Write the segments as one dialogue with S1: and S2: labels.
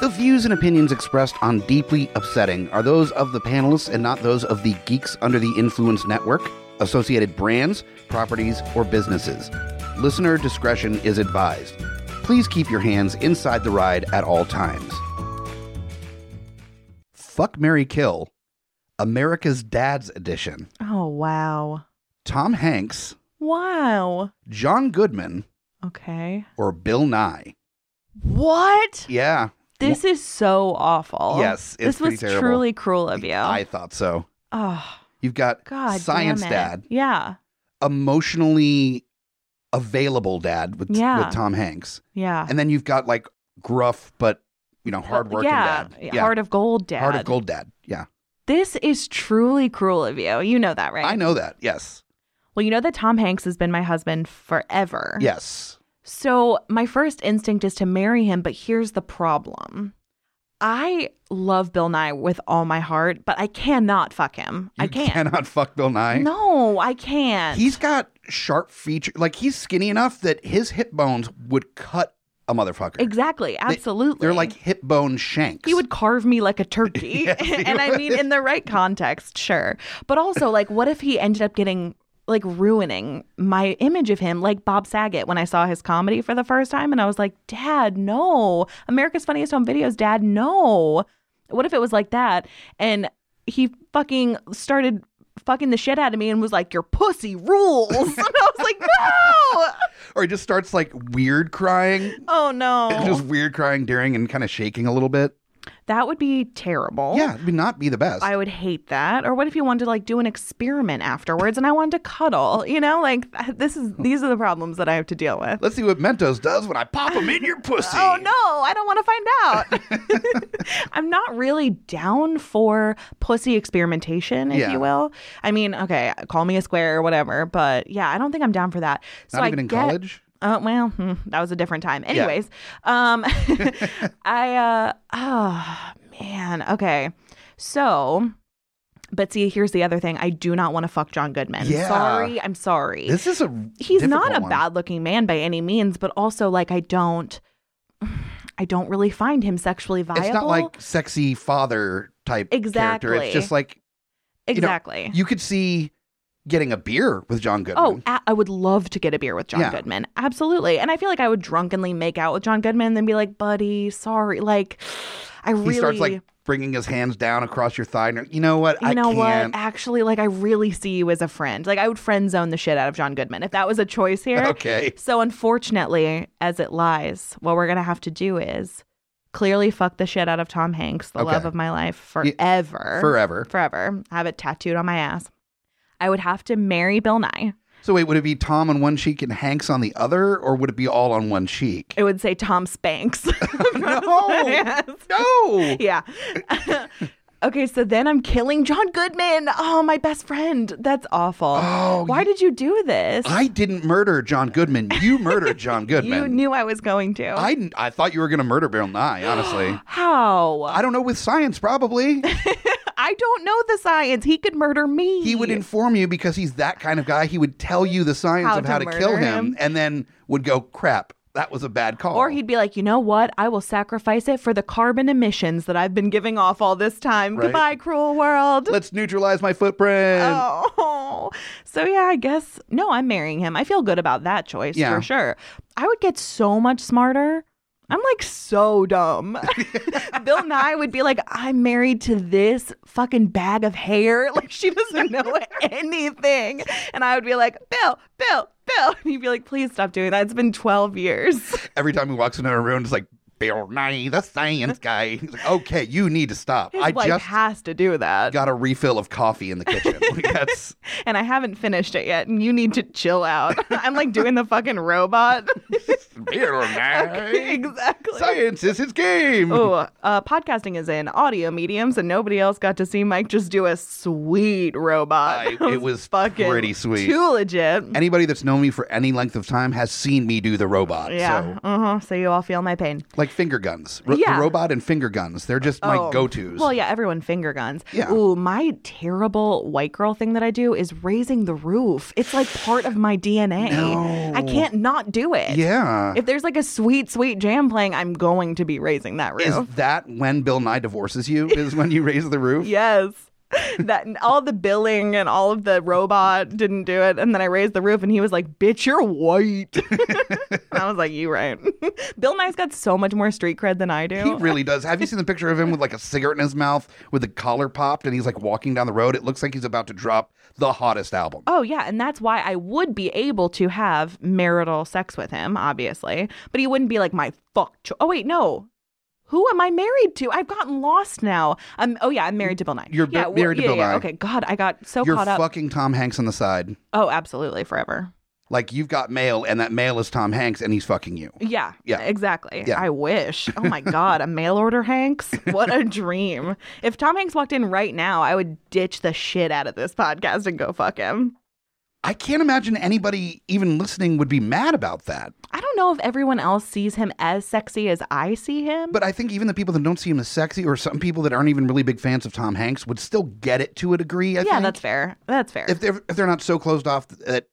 S1: The views and opinions expressed on Deeply Upsetting are those of the panelists and not those of the Geeks Under the Influence Network, associated brands, properties, or businesses. Listener discretion is advised. Please keep your hands inside the ride at all times. Fuck Mary Kill, America's Dad's Edition.
S2: Oh, wow.
S1: Tom Hanks,
S2: Wow.
S1: John Goodman,
S2: Okay.
S1: or Bill Nye.
S2: What?
S1: Yeah,
S2: This is so awful.
S1: Yes, it's
S2: this was
S1: pretty terrible.
S2: truly cruel of you.
S1: I thought so.
S2: oh,
S1: You've got
S2: God.
S1: Science
S2: damn it.
S1: Dad,
S2: Yeah.
S1: emotionally available dad with,
S2: Yeah.
S1: with Tom Hanks.
S2: Yeah.
S1: And then you've got like gruff but you know hardworking
S2: yeah.
S1: dad. Yeah.
S2: Heart of gold dad.
S1: Heart of gold dad. Yeah.
S2: This is truly cruel of you. You know that, right?
S1: I know that. Yes.
S2: Well, you know that Tom Hanks has been my husband forever.
S1: Yes.
S2: So my first instinct is to marry him, but here's the problem. I love Bill Nye with all my heart, but I cannot fuck him. I
S1: You
S2: can't.
S1: cannot fuck Bill Nye.
S2: No, I can't.
S1: He's got sharp features. Like he's skinny enough that his hip bones would cut a motherfucker.
S2: exactly, absolutely.
S1: They're like hip bone shanks.
S2: He would carve me like a turkey.
S1: Yes, he
S2: and I mean, in the right context, sure. But also, like, what if he ended up getting, like, ruining my image of him, like Bob Saget when I saw his comedy for the first time? And I was like, Dad, no. America's Funniest Home Videos, Dad, no. What if it was like that? And he fucking started fucking the shit out of me and was like, Your pussy rules. and I was like, No.
S1: or he just starts like weird crying.
S2: Oh, no.
S1: Just weird crying during and kind of shaking a little bit.
S2: that would be terrible.
S1: Yeah, it would not be the best.
S2: I would hate that. Or what if you wanted to like do an experiment afterwards and I wanted to cuddle? You know, like this is these are the problems that I have to deal with.
S1: Let's see what Mentos does when I pop him in your pussy.
S2: Oh no, I don't want to find out. I'm not really down for pussy experimentation, if
S1: Yeah.
S2: you will. I mean, okay, call me a square or whatever, but yeah, I don't think I'm down for that. So
S1: Not
S2: I
S1: even in
S2: get-
S1: college?
S2: Oh well, hmm, that was a different time. Anyways, um, I uh, oh man, okay, so. But see, here's the other thing. I do not want to fuck John Goodman.
S1: Yeah.
S2: Sorry, I'm sorry.
S1: This is a
S2: He's not
S1: difficult
S2: a
S1: one.
S2: bad-looking man by any means, but also like I don't, I don't really find him sexually viable.
S1: It's not like sexy father type character.
S2: Exactly.
S1: It's just like you know,
S2: exactly.
S1: you could see getting a beer with John Goodman.
S2: Oh, a- I would love to get a beer with John
S1: Yeah.
S2: Goodman. Absolutely. And I feel like I would drunkenly make out with John Goodman and then be like, buddy, sorry. Like, I
S1: he
S2: Oh, really,
S1: starts like bringing his hands down across your thigh. And, you know what?
S2: you
S1: I
S2: know what?
S1: can't.
S2: Actually, like, I really see you as a friend. Like, I would friend zone the shit out of John Goodman if that was a choice here.
S1: Okay.
S2: So, unfortunately, as it lies, what we're going to have to do is clearly fuck the shit out of Tom Hanks, the
S1: Okay.
S2: love of my life,
S1: Ye-
S2: forever.
S1: Forever.
S2: Forever. Have it tattooed on my ass. I would have to marry Bill Nye.
S1: So wait, would it be Tom on one cheek and Hanks on the other, or would it be all on one cheek?
S2: It would say Tom Spanks.
S1: No.
S2: Yes.
S1: No.
S2: Yeah. okay, so then I'm killing John Goodman. Oh, my best friend. That's awful.
S1: Oh,
S2: Why
S1: you-
S2: did you do this?
S1: I didn't murder John Goodman. You murdered John Goodman.
S2: you knew I was going to.
S1: I, I thought you were going to murder Bill Nye, honestly.
S2: How?
S1: I don't know, with science, probably.
S2: I don't know the science. He could murder me.
S1: He would inform you because he's that kind of guy. He would tell you the science
S2: How
S1: of how to,
S2: to
S1: kill
S2: murder
S1: him,
S2: him.
S1: and then would go, crap, that was a bad call.
S2: Or he'd be like, you know what? I will sacrifice it for the carbon emissions that I've been giving off all this time.
S1: Right.
S2: Goodbye, cruel world.
S1: Let's neutralize my footprint.
S2: Oh, so yeah, I guess no, I'm marrying him. I feel good about that choice
S1: Yeah.
S2: for sure. I would get so much smarter. I'm like so dumb. Bill Nye would be like, I'm married to this fucking bag of hair. Like she doesn't know anything. And I would be like, Bill, Bill, Bill. And he'd be like, please stop doing that. It's been 12 years.
S1: Every time he walks into a room, it's like, Bill Nye, the science guy. He's like, okay, you need to stop.
S2: His
S1: I
S2: wife
S1: just
S2: has to do that.
S1: got a refill of coffee in the kitchen. Like, that's
S2: and I haven't finished it yet. And you need to chill out. I'm like doing the fucking robot.
S1: Bill Nye.
S2: exactly.
S1: Science is his game.
S2: Oh, uh, podcasting is an audio medium, so nobody else got to see Mike just do a sweet robot.
S1: I- it was
S2: fucking
S1: pretty sweet.
S2: Too legit.
S1: Anybody that's known me for any length of time has seen me do the robot.
S2: yeah.
S1: So,
S2: uh-huh. so you all feel my pain.
S1: like, finger guns. Ro-
S2: Yeah.
S1: The robot and finger guns. They're just my
S2: Oh.
S1: go tos.
S2: Well, yeah, everyone finger guns.
S1: Yeah.
S2: Ooh, my terrible white girl thing that I do is raising the roof. It's like part of my DNA.
S1: No.
S2: I can't not do it.
S1: yeah.
S2: If there's like a sweet, sweet jam playing, I'm going to be raising that roof.
S1: Is that when Bill Nye divorces you? Is when you raise the roof?
S2: yes. that and all the billing and all of the robot didn't do it. And then I raised the roof and he was like, Bitch, you're white. And I was like, You right. Bill Nye's got so much more street cred than I
S1: He
S2: do.
S1: really does. Have you seen the picture of him with like a cigarette in his mouth with the collar popped and he's like walking down the road? It looks like he's about to drop the hottest album.
S2: Oh, yeah. And that's why I would be able to have marital sex with him, obviously. But he wouldn't be like my fuck. Cho- oh, wait, no. Who am I married to? I've gotten lost now. Um, oh, yeah, I'm married to Bill Nye.
S1: You're bi-
S2: yeah, we're-
S1: married to
S2: yeah,
S1: Bill
S2: yeah,
S1: Nye.
S2: Okay, God, I got so
S1: You're
S2: caught up.
S1: fucking Tom Hanks on the side.
S2: oh, absolutely, forever.
S1: Like you've got mail and that mail is Tom Hanks and he's fucking you.
S2: Yeah,
S1: Yeah.
S2: exactly.
S1: Yeah.
S2: I wish. Oh, my God, a mail order Hanks? What a dream. If Tom Hanks walked in right now, I would ditch the shit out of this podcast and go fuck him.
S1: I can't imagine anybody even listening would be mad about that.
S2: I don't know if everyone else sees him as sexy as I see him.
S1: But I think even the people that don't see him as sexy or some people that aren't even really big fans of Tom Hanks would still get it to a degree. I
S2: yeah,
S1: think.
S2: that's fair. That's fair.
S1: if they're if they're not so closed off that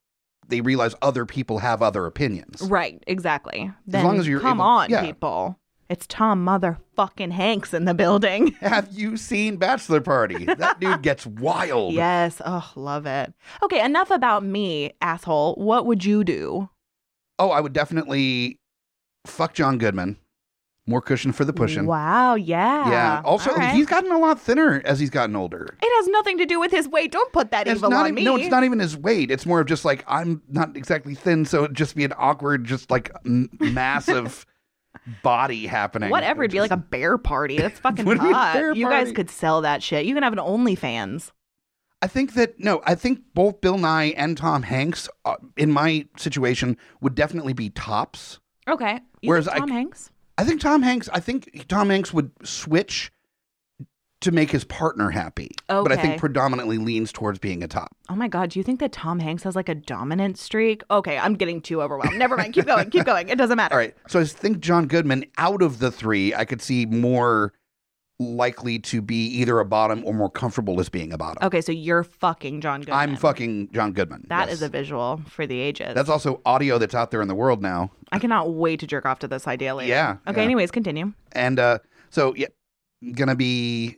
S1: they realize other people have other opinions.
S2: right, exactly. Then
S1: long as you're
S2: come
S1: able-
S2: on,
S1: yeah.
S2: people. It's Tom motherfucking Hanks in the building.
S1: Have you seen Bachelor Party? That dude gets wild.
S2: yes. Oh, love it. Okay, enough about me, asshole. What would you do?
S1: Oh, I would definitely fuck John Goodman. More cushion for the pushing.
S2: Wow. Yeah.
S1: Yeah. Also,
S2: All right.
S1: he's gotten a lot thinner as he's gotten older.
S2: It has nothing to do with his weight. Don't put that
S1: It's
S2: evil
S1: not,
S2: on me.
S1: no, it's not even his weight. It's more of just like I'm not exactly thin, so it'd just be an awkward, just like m- massive body happening.
S2: Whatever, it'd be like a bear party. That's fucking
S1: Would be a
S2: hot.
S1: bear
S2: You guys
S1: party.
S2: could sell that shit. You can have an OnlyFans.
S1: I think that no, I think both Bill Nye and Tom Hanks, uh, in my situation, would definitely be tops.
S2: Okay. You
S1: Whereas
S2: think
S1: I-
S2: Tom Hanks.
S1: I think Tom Hanks. I think Tom Hanks would switch to make his partner happy, but I
S2: Okay.
S1: think predominantly leans towards being a top.
S2: Oh my God, do you think that Tom Hanks has like a dominant streak? Okay, I'm getting too overwhelmed. Never mind. Keep going. Keep going. It doesn't matter.
S1: All right, so I think John Goodman, out of the three, I could see more likely to be either a bottom or more comfortable as being a bottom.
S2: Okay, so you're fucking John Goodman.
S1: I'm fucking John Goodman.
S2: That
S1: yes.
S2: is a visual for the ages.
S1: That's also audio that's out there in the world now.
S2: I cannot wait to jerk off to this idea later.
S1: Yeah,
S2: Okay,
S1: yeah.
S2: anyways, continue.
S1: And uh, so, yeah, gonna be.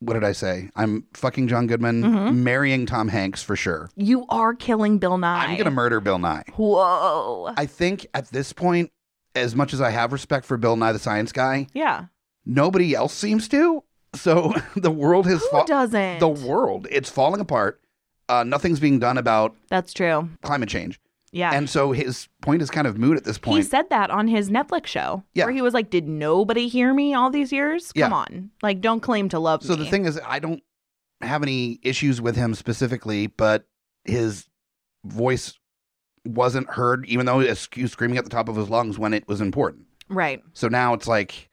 S1: What did I say? I'm fucking John Goodman,
S2: Mhm.
S1: marrying Tom Hanks for sure.
S2: You are killing Bill Nye.
S1: I'm gonna murder Bill Nye.
S2: Whoa.
S1: I think at this point, as much as I have respect for Bill Nye the Science Guy,
S2: yeah.
S1: nobody else seems to. So the world has
S2: Who
S1: fa-
S2: doesn't?
S1: the world. It's falling apart. Uh, nothing's being done about
S2: That's true.
S1: climate change,
S2: Yeah.
S1: and so his point is kind of moot at this
S2: he
S1: point.
S2: said that on his Netflix show
S1: Yeah.
S2: where he was like, Did nobody hear me all these years? Come
S1: Yeah.
S2: on. Like, don't claim to love
S1: So
S2: me.
S1: the thing is, I don't have any issues with him specifically, but his voice wasn't heard, even though he was screaming at the top of his lungs when it was important.
S2: Right.
S1: So now it's like,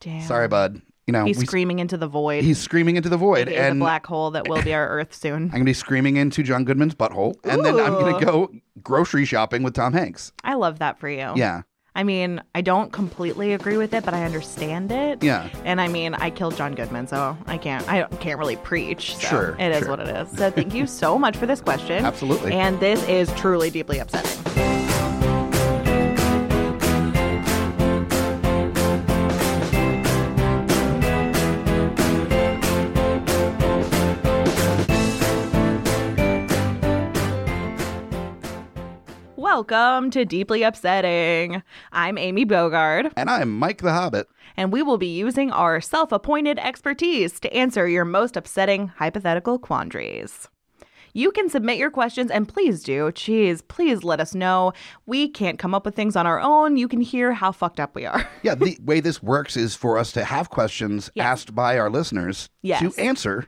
S2: Damn.
S1: sorry, bud. You know,
S2: He's
S1: we-
S2: screaming into the void.
S1: he's screaming into the void,
S2: AKA
S1: and
S2: the black hole that will be our Earth soon.
S1: I'm gonna be screaming into John Goodman's butthole, and then I'm gonna
S2: Ooh.
S1: go grocery shopping with Tom Hanks.
S2: I love that for you.
S1: Yeah,
S2: I mean, I don't completely agree with it, but I understand it.
S1: yeah.
S2: And I mean, I killed John Goodman, so I can't. I can't really preach. So
S1: Sure,
S2: It is
S1: sure.
S2: what it is. So thank you so much for this question.
S1: Absolutely.
S2: And this is truly deeply upsetting. Welcome to Deeply Upsetting. I'm Amy Bogard
S1: And I'm Mike the Hobbit.
S2: and we will be using our self appointed expertise to answer your most upsetting hypothetical quandaries. You can submit your questions and please do. Jeez, please let us know. We can't come up with things on our own. You can hear how fucked up we are.
S1: Yeah, the way this works is for us to have questions
S2: Yes.
S1: asked by our listeners
S2: Yes.
S1: to answer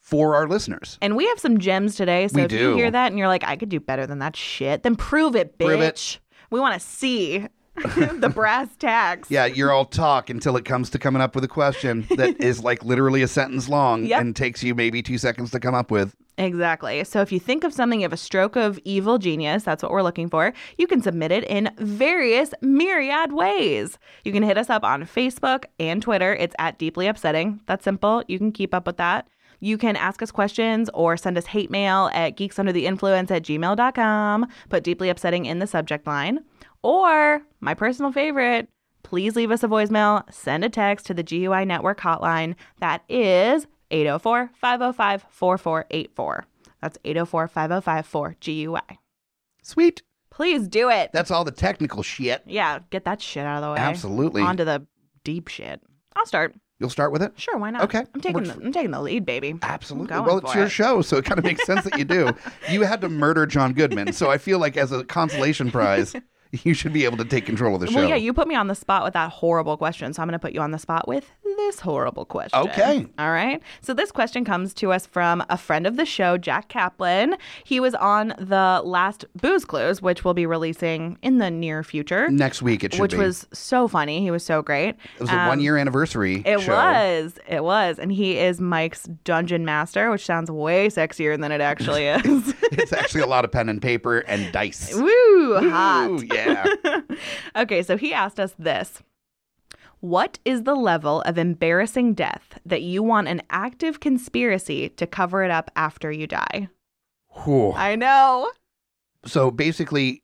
S1: for our listeners.
S2: And we have some gems today. So
S1: We
S2: if you
S1: do.
S2: hear that and you're like, I could do better than that shit, then prove it, bitch.
S1: Prove it.
S2: We want to see the brass tacks.
S1: Yeah, you're all talk until it comes to coming up with a question that is like literally a sentence long
S2: Yep.
S1: and takes you maybe two seconds to come up with.
S2: Exactly. So if you think of something of a stroke of evil genius, that's what we're looking for, you can submit it in various myriad ways. You can hit us up on Facebook and Twitter. It's at Deeply Upsetting. That's simple. You can keep up with that. You can ask us questions or send us hate mail at geeksunderinfluence at gmail.com. Put Deeply Upsetting in the subject line. Or, my personal favorite, please leave us a voicemail, send a text to the GUI network hotline. That is 804 505 4484. That's 804 505 4GUI.
S1: Sweet.
S2: Please do it.
S1: That's all the technical shit.
S2: yeah, get that shit out of the way.
S1: Absolutely.
S2: Onto the deep shit. I'll start.
S1: You'll start with it?
S2: Sure, why not?
S1: Okay,
S2: I'm taking
S1: works
S2: the, I'm taking the lead, baby.
S1: Absolutely.
S2: going
S1: Well, it's
S2: for
S1: your
S2: it.
S1: show, so it kind of makes sense that you do. You had to murder John Goodman, so I feel like as a consolation prize, you should be able to take control of the show.
S2: Well, yeah, you put me on the spot with that horrible question, so I'm going to put you on the spot with this horrible question.
S1: Okay.
S2: All right. So this question comes to us from a friend of the show, Jack Kaplan. He was on the last Booze Clues, which we'll be releasing in the near future,
S1: Next week it should
S2: which
S1: be.
S2: was so funny. He was so great. Um,
S1: it was a one year anniversary.
S2: It
S1: show.
S2: was. It was. And he is Mike's dungeon master, which sounds way sexier than it actually is.
S1: It's actually a lot of pen and paper and dice.
S2: Woo! Hot.
S1: Ooh, yeah.
S2: Okay, so he asked us this What is the level of embarrassing death that you want an active conspiracy to cover it up after you die?
S1: Whew.
S2: I know.
S1: So basically,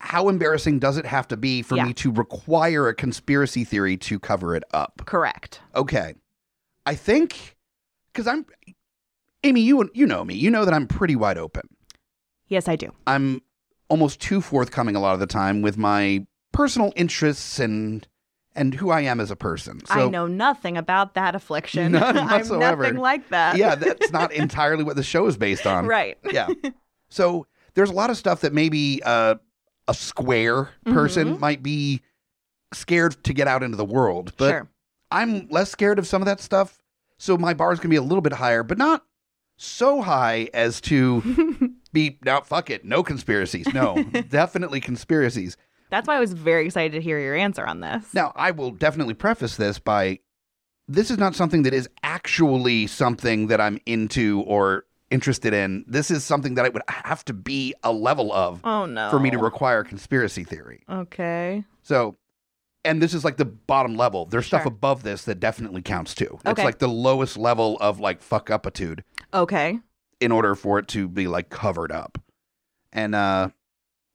S1: how embarrassing does it have to be for
S2: Yeah.
S1: me to require a conspiracy theory to cover it up?
S2: Correct.
S1: Okay. I think because I'm Amy, you you know me. You know that I'm pretty wide open.
S2: Yes, I do.
S1: I'm almost too forthcoming a lot of the time with my personal interests and and who I am as a person. So
S2: I know nothing about that affliction.
S1: None
S2: I'm
S1: whatsoever.
S2: nothing like that.
S1: yeah, that's not entirely what the show is based on.
S2: right.
S1: Yeah. So there's a lot of stuff that maybe uh, a square person might be scared to get out into the world, but
S2: sure.
S1: I'm less scared of some of that stuff. So my bar is going to be a little bit higher, but not so high as to be now fuck it, no conspiracies. No, definitely conspiracies.
S2: That's why I was very excited to hear your answer on this.
S1: Now, I will definitely preface this by this is not something that is actually something that I'm into or interested in. This is something that it would have to be a level of
S2: Oh no.
S1: for me to require conspiracy theory.
S2: Okay.
S1: So, and this is like the bottom level. There's stuff
S2: Sure.
S1: above this that definitely counts too. It's
S2: Okay.
S1: like the lowest level of like fuck upitude
S2: Okay.
S1: in order for it to be like covered up. And uh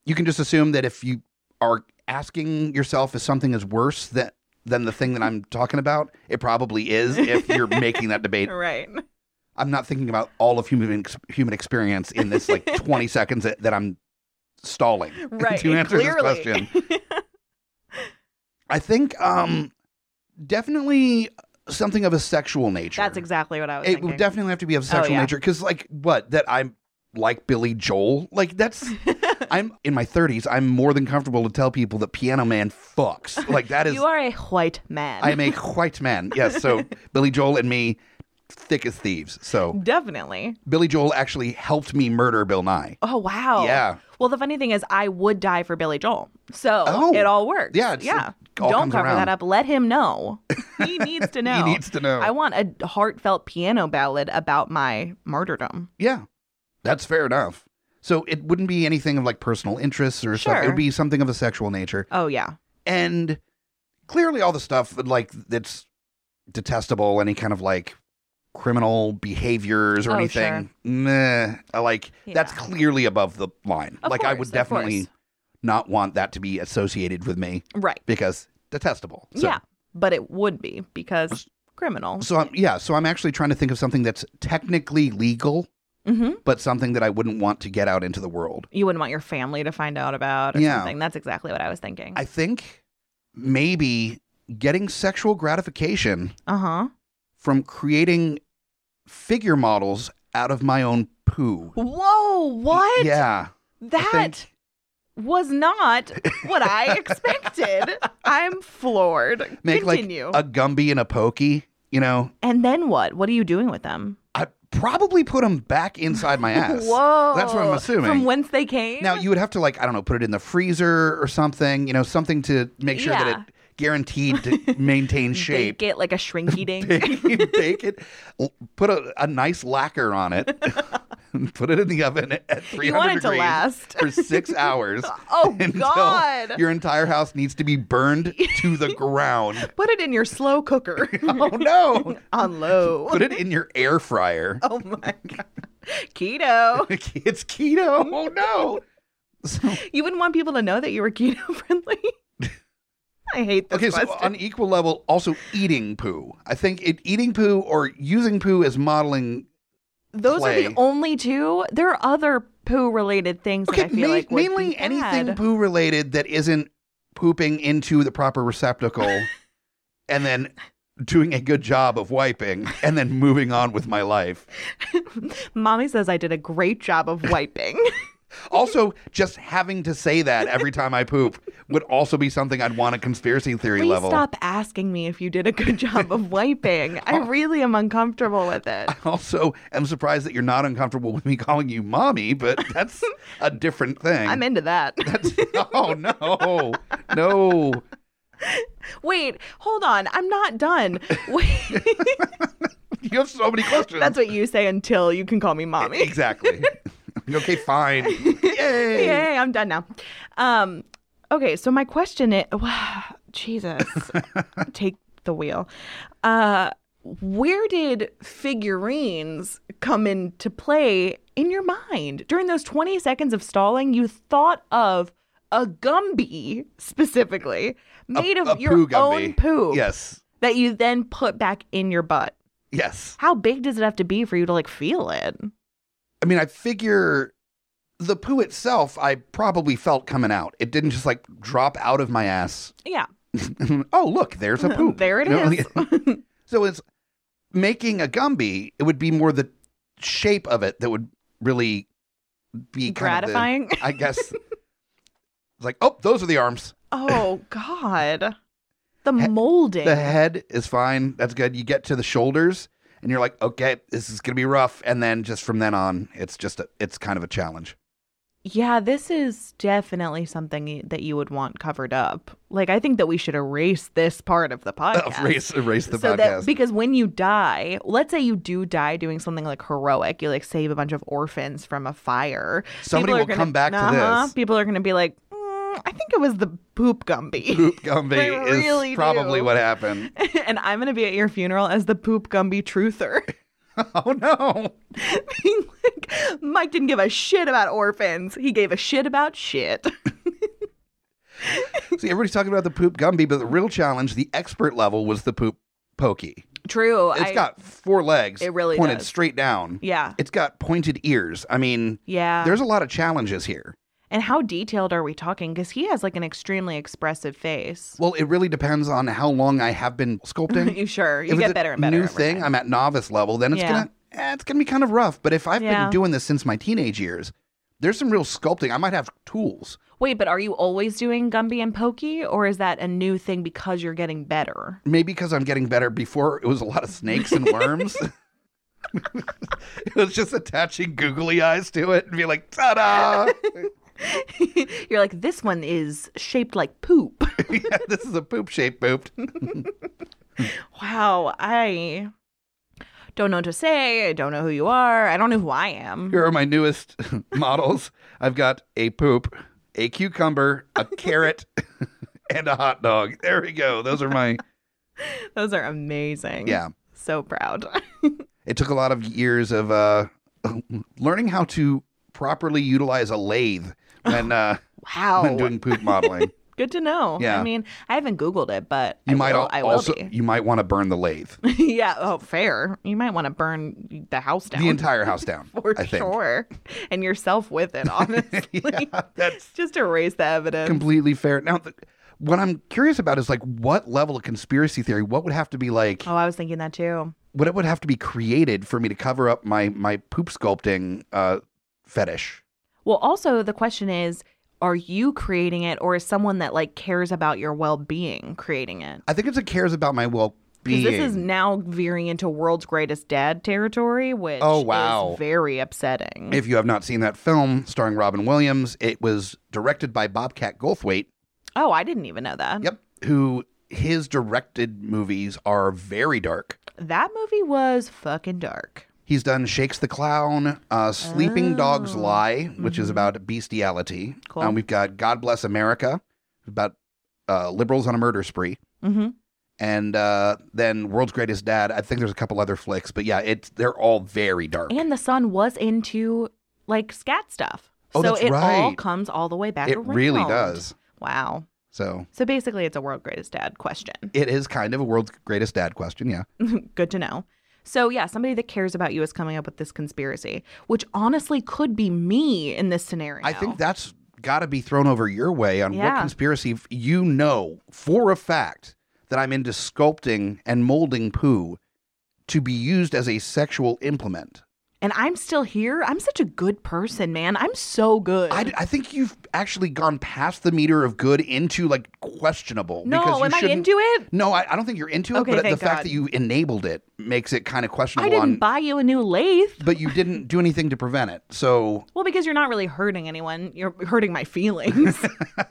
S1: you can just assume that if you are asking yourself if something is worse that than the thing that I'm talking about, it probably is if you're making that debate.
S2: Right.
S1: I'm not thinking about all of human ex- human experience in this like 20 seconds that, that I'm stalling
S2: Right.
S1: to answer
S2: Clearly.
S1: this question. I think um definitely something of a sexual nature.
S2: That's exactly what I was
S1: It
S2: thinking. Oh,
S1: would definitely have to be of sexual
S2: yeah.
S1: nature because, like, what that I'm like Billy Joel. Like that's I'm in my 30s. I'm more than comfortable to tell people that Piano Man fucks. Like that is
S2: you are a white man.
S1: I am a white man. Yes. So Billy Joel and me, thick as thieves. So
S2: Definitely.
S1: Billy Joel actually helped me murder Bill Nye.
S2: Oh wow.
S1: Yeah.
S2: Well, the funny thing is, I would die for Billy Joel, so
S1: Oh.
S2: it all works.
S1: Yeah, it's-
S2: yeah.
S1: it all
S2: Don't
S1: comes
S2: cover
S1: around.
S2: that up. Let him know. He needs to know.
S1: He needs to know.
S2: I want a heartfelt piano ballad about my martyrdom.
S1: yeah, that's fair enough. So it wouldn't be anything of like personal interests or stuff. It
S2: Sure.
S1: would be something of a sexual nature.
S2: Oh yeah.
S1: and clearly all the stuff that, like that's detestable any kind of like criminal behaviors or
S2: Oh,
S1: anything meh, I like that's
S2: Yeah.
S1: clearly above the line
S2: Of
S1: like i
S2: course,
S1: would
S2: of
S1: definitely
S2: course.
S1: not want that to be associated with me
S2: Right.
S1: because detestable so,
S2: Yeah. But it would be because criminal.
S1: so I'm, yeah so i'm actually trying to think of something that's technically legal
S2: Mm-hmm.
S1: but something that i wouldn't want to get out into the world
S2: You wouldn't want your family to find out about or
S1: Yeah.
S2: something. That's exactly what I was thinking.
S1: i think maybe getting sexual gratification
S2: Uh huh.
S1: from creating figure models out of my own poo.
S2: Whoa! What?
S1: Yeah.
S2: That.
S1: think-
S2: was not what I expected. I'm floored.
S1: Make
S2: Continue.
S1: like a Gumby and a Pokey, you know?
S2: and then what? What are you doing with them?
S1: I probably put them back inside my ass.
S2: Whoa.
S1: That's what I'm assuming.
S2: From whence they came?
S1: now, you would have to, like, I don't know, put it in the freezer or something, you know, something to make sure that
S2: Yeah.
S1: it guaranteed to maintain
S2: Bake
S1: shape.
S2: it like a shrinky dink.
S1: Bake it, bake it, l- put a, a nice lacquer on it, put it in the oven at 300
S2: You want it to
S1: degrees
S2: last.
S1: for six hours.
S2: Oh,
S1: until
S2: God.
S1: Your entire house needs to be burned to the ground.
S2: Put it in your slow cooker
S1: Oh no!
S2: on low.
S1: Put it in your air fryer.
S2: Oh my god. Keto.
S1: It's keto. Oh no! So,
S2: You wouldn't want people to know that you were keto friendly. I hate this
S1: okay, so
S2: question.
S1: on equal level, also eating poo. I think it, eating poo or using poo as modeling.
S2: Those are
S1: clay.
S2: the only two. There are other poo related things
S1: Okay,
S2: that I feel
S1: ma-
S2: like would
S1: mainly
S2: be
S1: anything
S2: bad.
S1: poo related that isn't pooping into the proper receptacle, and then doing a good job of wiping, and then moving on with my life.
S2: Mommy says I did a great job of wiping.
S1: Also, just having to say that every time I poop would also be something I'd want a conspiracy theory
S2: Please
S1: level.
S2: stop asking me if you did a good job of wiping.
S1: Oh.
S2: I really am uncomfortable with it.
S1: Also, I'm surprised that you're not uncomfortable with me calling you mommy, but that's a different thing.
S2: I'm into that.
S1: oh no, no!
S2: Wait, hold on. I'm not done. Wait,
S1: You have so many questions.
S2: that's what you say until you can call me mommy.
S1: exactly. okay, fine. Yay!
S2: Yay, I'm done now. Um, okay, so my question is Jesus, take the wheel. Uh, where did figurines come into play in your mind? During those 20 seconds of stalling, you thought of a Gumby specifically, made of
S1: a
S2: your
S1: poo Gumby.
S2: own poo
S1: Yes,
S2: that you then put back in your butt.
S1: yes.
S2: How big does it have to be for you to like feel it?
S1: I mean, I figure the poo itself, I probably felt coming out. It didn't just like drop out of my ass.
S2: Yeah,
S1: oh, look, there's a poop.
S2: there it
S1: You know,
S2: is.
S1: so it's making a Gumby, it would be more the shape of it that would really be kind of the-
S2: Gratifying.
S1: I guess. it's like, oh, those are the arms.
S2: Oh God, the molding.
S1: The head is fine. That's good. You get to the shoulders and you're like, okay, this is going to be rough. And then just from then on, it's just, a, it's kind of a challenge.
S2: yeah, this is definitely something y- that you would want covered up. Like, I think that we should erase this part of the podcast.
S1: Erase, erase the
S2: so
S1: podcast.
S2: that because when you die, let's say you do die doing something like heroic, you like save a bunch of orphans from a fire.
S1: Somebody
S2: People are
S1: will
S2: gonna-
S1: come back
S2: Uh-huh.
S1: to this.
S2: People are going to be like, "Mm, I think it was the poop Gumby.
S1: Poop
S2: They
S1: Gumby
S2: really
S1: is probably
S2: do.
S1: what happened.
S2: and I'm going to be at your funeral as the poop Gumby truther.
S1: oh no.
S2: being like, Mike didn't give a shit about orphans. He gave a shit about shit.
S1: See, everybody's talking about the poop Gumby, but the real challenge, the expert level, was the poop pokey.
S2: True.
S1: It's
S2: I,
S1: got four legs.
S2: It really
S1: pointed
S2: does.
S1: straight down.
S2: Yeah.
S1: It's got pointed ears. I mean,
S2: Yeah.
S1: there's a lot of challenges here.
S2: and how detailed are we talking? Because he has like an extremely expressive face.
S1: Well, it really depends on how long I have been sculpting.
S2: you sure? You
S1: If it's
S2: get
S1: a
S2: better and better.
S1: New
S2: every
S1: thing.
S2: time.
S1: I'm at novice level. Then it's
S2: Yeah.
S1: gonna eh, it's gonna be kind of rough. But if I've
S2: Yeah.
S1: been doing this since my teenage years, there's some real sculpting. I might have tools.
S2: Wait, but are you always doing Gumby and Pokey, or is that a new thing because you're getting better?
S1: maybe because I'm getting better. Before it was a lot of snakes and worms. it was just attaching googly eyes to it and be like, ta-da!
S2: you're like, this one is shaped like poop.
S1: yeah, this is a poop shape pooped.
S2: wow, I don't know what to say. I don't know who you are. I don't know who I am.
S1: Here are my newest models. I've got a poop, a cucumber, a carrot, and a hot dog. There we go. Those are my
S2: Those are amazing.
S1: yeah.
S2: So proud.
S1: It took a lot of years of uh, learning how to properly utilize a lathe when uh, when
S2: Wow.
S1: doing poop modeling.
S2: Good to know.
S1: Yeah.
S2: I mean, I haven't Googled it, but
S1: You
S2: I
S1: might
S2: will,
S1: al-
S2: I will
S1: also
S2: be.
S1: you might want to burn the lathe.
S2: yeah. Oh, fair. You might want to burn the house down
S1: the entire house down.
S2: for
S1: I think.
S2: sure, and yourself with it. Honestly,
S1: Yeah, that's
S2: just erase the evidence.
S1: completely fair. Now, th- what I'm curious about is like what level of conspiracy theory? What would have to be like?
S2: oh, I was thinking that too.
S1: What it would have to be created for me to cover up my my poop sculpting uh, fetish?
S2: Well, also the question is, are you creating it, or is someone that like cares about your well-being creating it?
S1: I think it's a cares about my well
S2: Because
S1: being.
S2: this is now veering into world's greatest dad territory, which
S1: Oh, wow.
S2: is very upsetting.
S1: if you have not seen that film starring Robin Williams, it was directed by Bobcat Goldthwait.
S2: oh, I didn't even know that.
S1: Yep, who his directed movies are very dark.
S2: That movie was fucking dark.
S1: He's done Shakes the Clown, uh, Sleeping Dogs
S2: Oh.
S1: Lie, which is about bestiality.
S2: Cool.
S1: Um, we've got God Bless America, about uh, liberals on a murder spree.
S2: Mm-hmm.
S1: And uh, then World's Greatest Dad. I think there's a couple other flicks, but yeah, it's they're all very dark.
S2: And the son was into like scat stuff.
S1: Oh,
S2: so
S1: that's
S2: it all
S1: right.
S2: comes all the way back
S1: it
S2: around.
S1: really does.
S2: Wow.
S1: So
S2: So basically, it's a world greatest dad question.
S1: it is kind of a World's Greatest Dad question. Yeah.
S2: Good to know. So, yeah, somebody that cares about you is coming up with this conspiracy, which honestly could be me in this scenario.
S1: I think that's got to be thrown over your way on what
S2: Yeah.
S1: conspiracy f- you know for a fact that I'm into sculpting and molding poo to be used as a sexual implement.
S2: And I'm still here. I'm such a good person, man. I'm so good.
S1: I, I think you've actually gone past the meter of good into like questionable. because
S2: no,
S1: you
S2: am I
S1: shouldn't-
S2: into it?
S1: No, I, I don't think you're into it,
S2: Okay,
S1: but the
S2: thank
S1: fact
S2: God.
S1: that you enabled it makes it kind of
S2: I
S1: questionable
S2: didn't
S1: on
S2: buy you a new lathe.
S1: but you didn't do anything to prevent it. So
S2: Well, because you're not really hurting anyone. You're hurting my feelings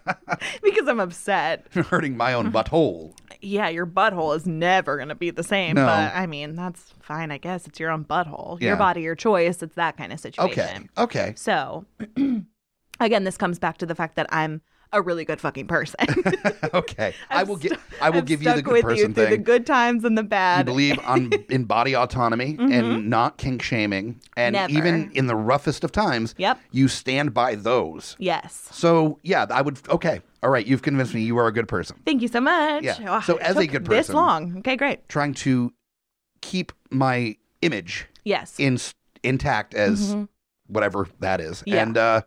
S2: because I'm upset.
S1: hurting my own butthole.
S2: yeah, your butthole is never going to be the same.
S1: No.
S2: But I mean, that's fine, I guess. It's your own butthole,
S1: Yeah.
S2: your body, your choice. It's that kind of situation.
S1: Okay. Okay.
S2: So, again, this comes back to the fact that I'm a really good fucking person.
S1: okay. I
S2: I'm
S1: will get
S2: stu-
S1: I will
S2: I'm
S1: give you the
S2: stuck
S1: good
S2: with
S1: person
S2: through
S1: thing.
S2: the good times and the
S1: you
S2: bad.
S1: believe on in body autonomy and not kink shaming and
S2: Mm-hmm. Never.
S1: even in the roughest of times
S2: Yep.
S1: you stand by those
S2: yes.
S1: so yeah i would okay all right you've convinced me you are a good person
S2: Thank you so much.
S1: Yeah. So
S2: it
S1: as a
S2: took
S1: good
S2: this
S1: person-
S2: long. Okay, great.
S1: trying to keep my image
S2: Yes.
S1: in intact as whatever that is
S2: Mm-hmm. Yeah.
S1: and uh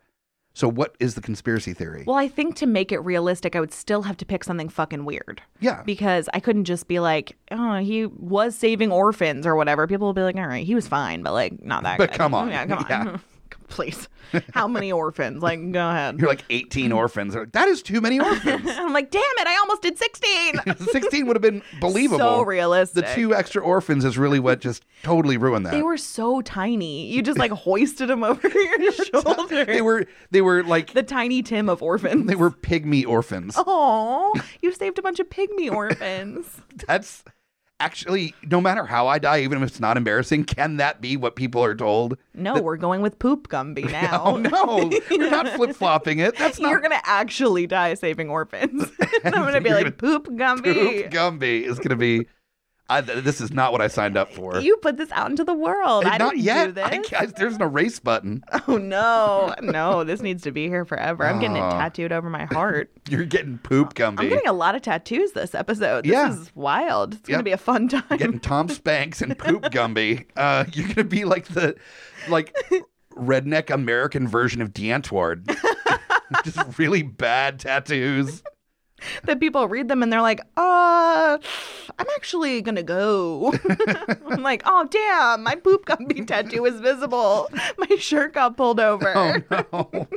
S1: so what is the conspiracy theory
S2: well, I think to make it realistic, I would still have to pick something fucking weird.
S1: yeah
S2: because I couldn't just be like, oh, he was saving orphans or whatever. People will be like, all right, he was fine, but like not that.
S1: But
S2: good.
S1: come on.
S2: yeah, come on,
S1: Yeah.
S2: please. How many orphans? Like, go ahead.
S1: you're like 18
S2: Mm-hmm.
S1: orphans They're like, that is too many orphans
S2: I'm like, damn it, I almost did sixteen.
S1: 16 would have been believable
S2: So
S1: the
S2: realistic.
S1: two extra orphans is really what just totally ruined that
S2: They were so tiny. You just like hoisted them over your shoulder.
S1: they were they were like
S2: the tiny Tim of orphans.
S1: They were pygmy orphans.
S2: Oh, you saved a bunch of pygmy orphans.
S1: That's actually, no matter how I die, even if it's not embarrassing, can that be what people are told?
S2: No, we're going with poop Gumby now.
S1: Oh no, you're not flip flopping it. That's not
S2: You're gonna actually die saving orphans. and I'm gonna be
S1: You're
S2: like, poop
S1: poop.
S2: Gumby.
S1: Gumby is going to be. I, th- this is not what I signed up for.
S2: You put this out into the world.
S1: And
S2: I
S1: not
S2: didn't
S1: yet.
S2: do this.
S1: I can't- there's an erase button.
S2: Oh no, no, this needs to be here forever. I'm getting it
S1: Ah.
S2: tattooed over my heart.
S1: You're getting poop Gumby.
S2: I'm getting a lot of tattoos this episode. This
S1: Yeah.
S2: is wild. It's
S1: Yep.
S2: gonna be a fun time.
S1: getting Tom Spanks and poop Gumby. Uh, you're going to be like the like redneck American version of D'Antward. Just really bad tattoos.
S2: that people read them and they're like, uh, I'm actually gonna go. I'm like, oh damn, my poop Gumby tattoo is visible. My shirt got pulled over.
S1: Oh no.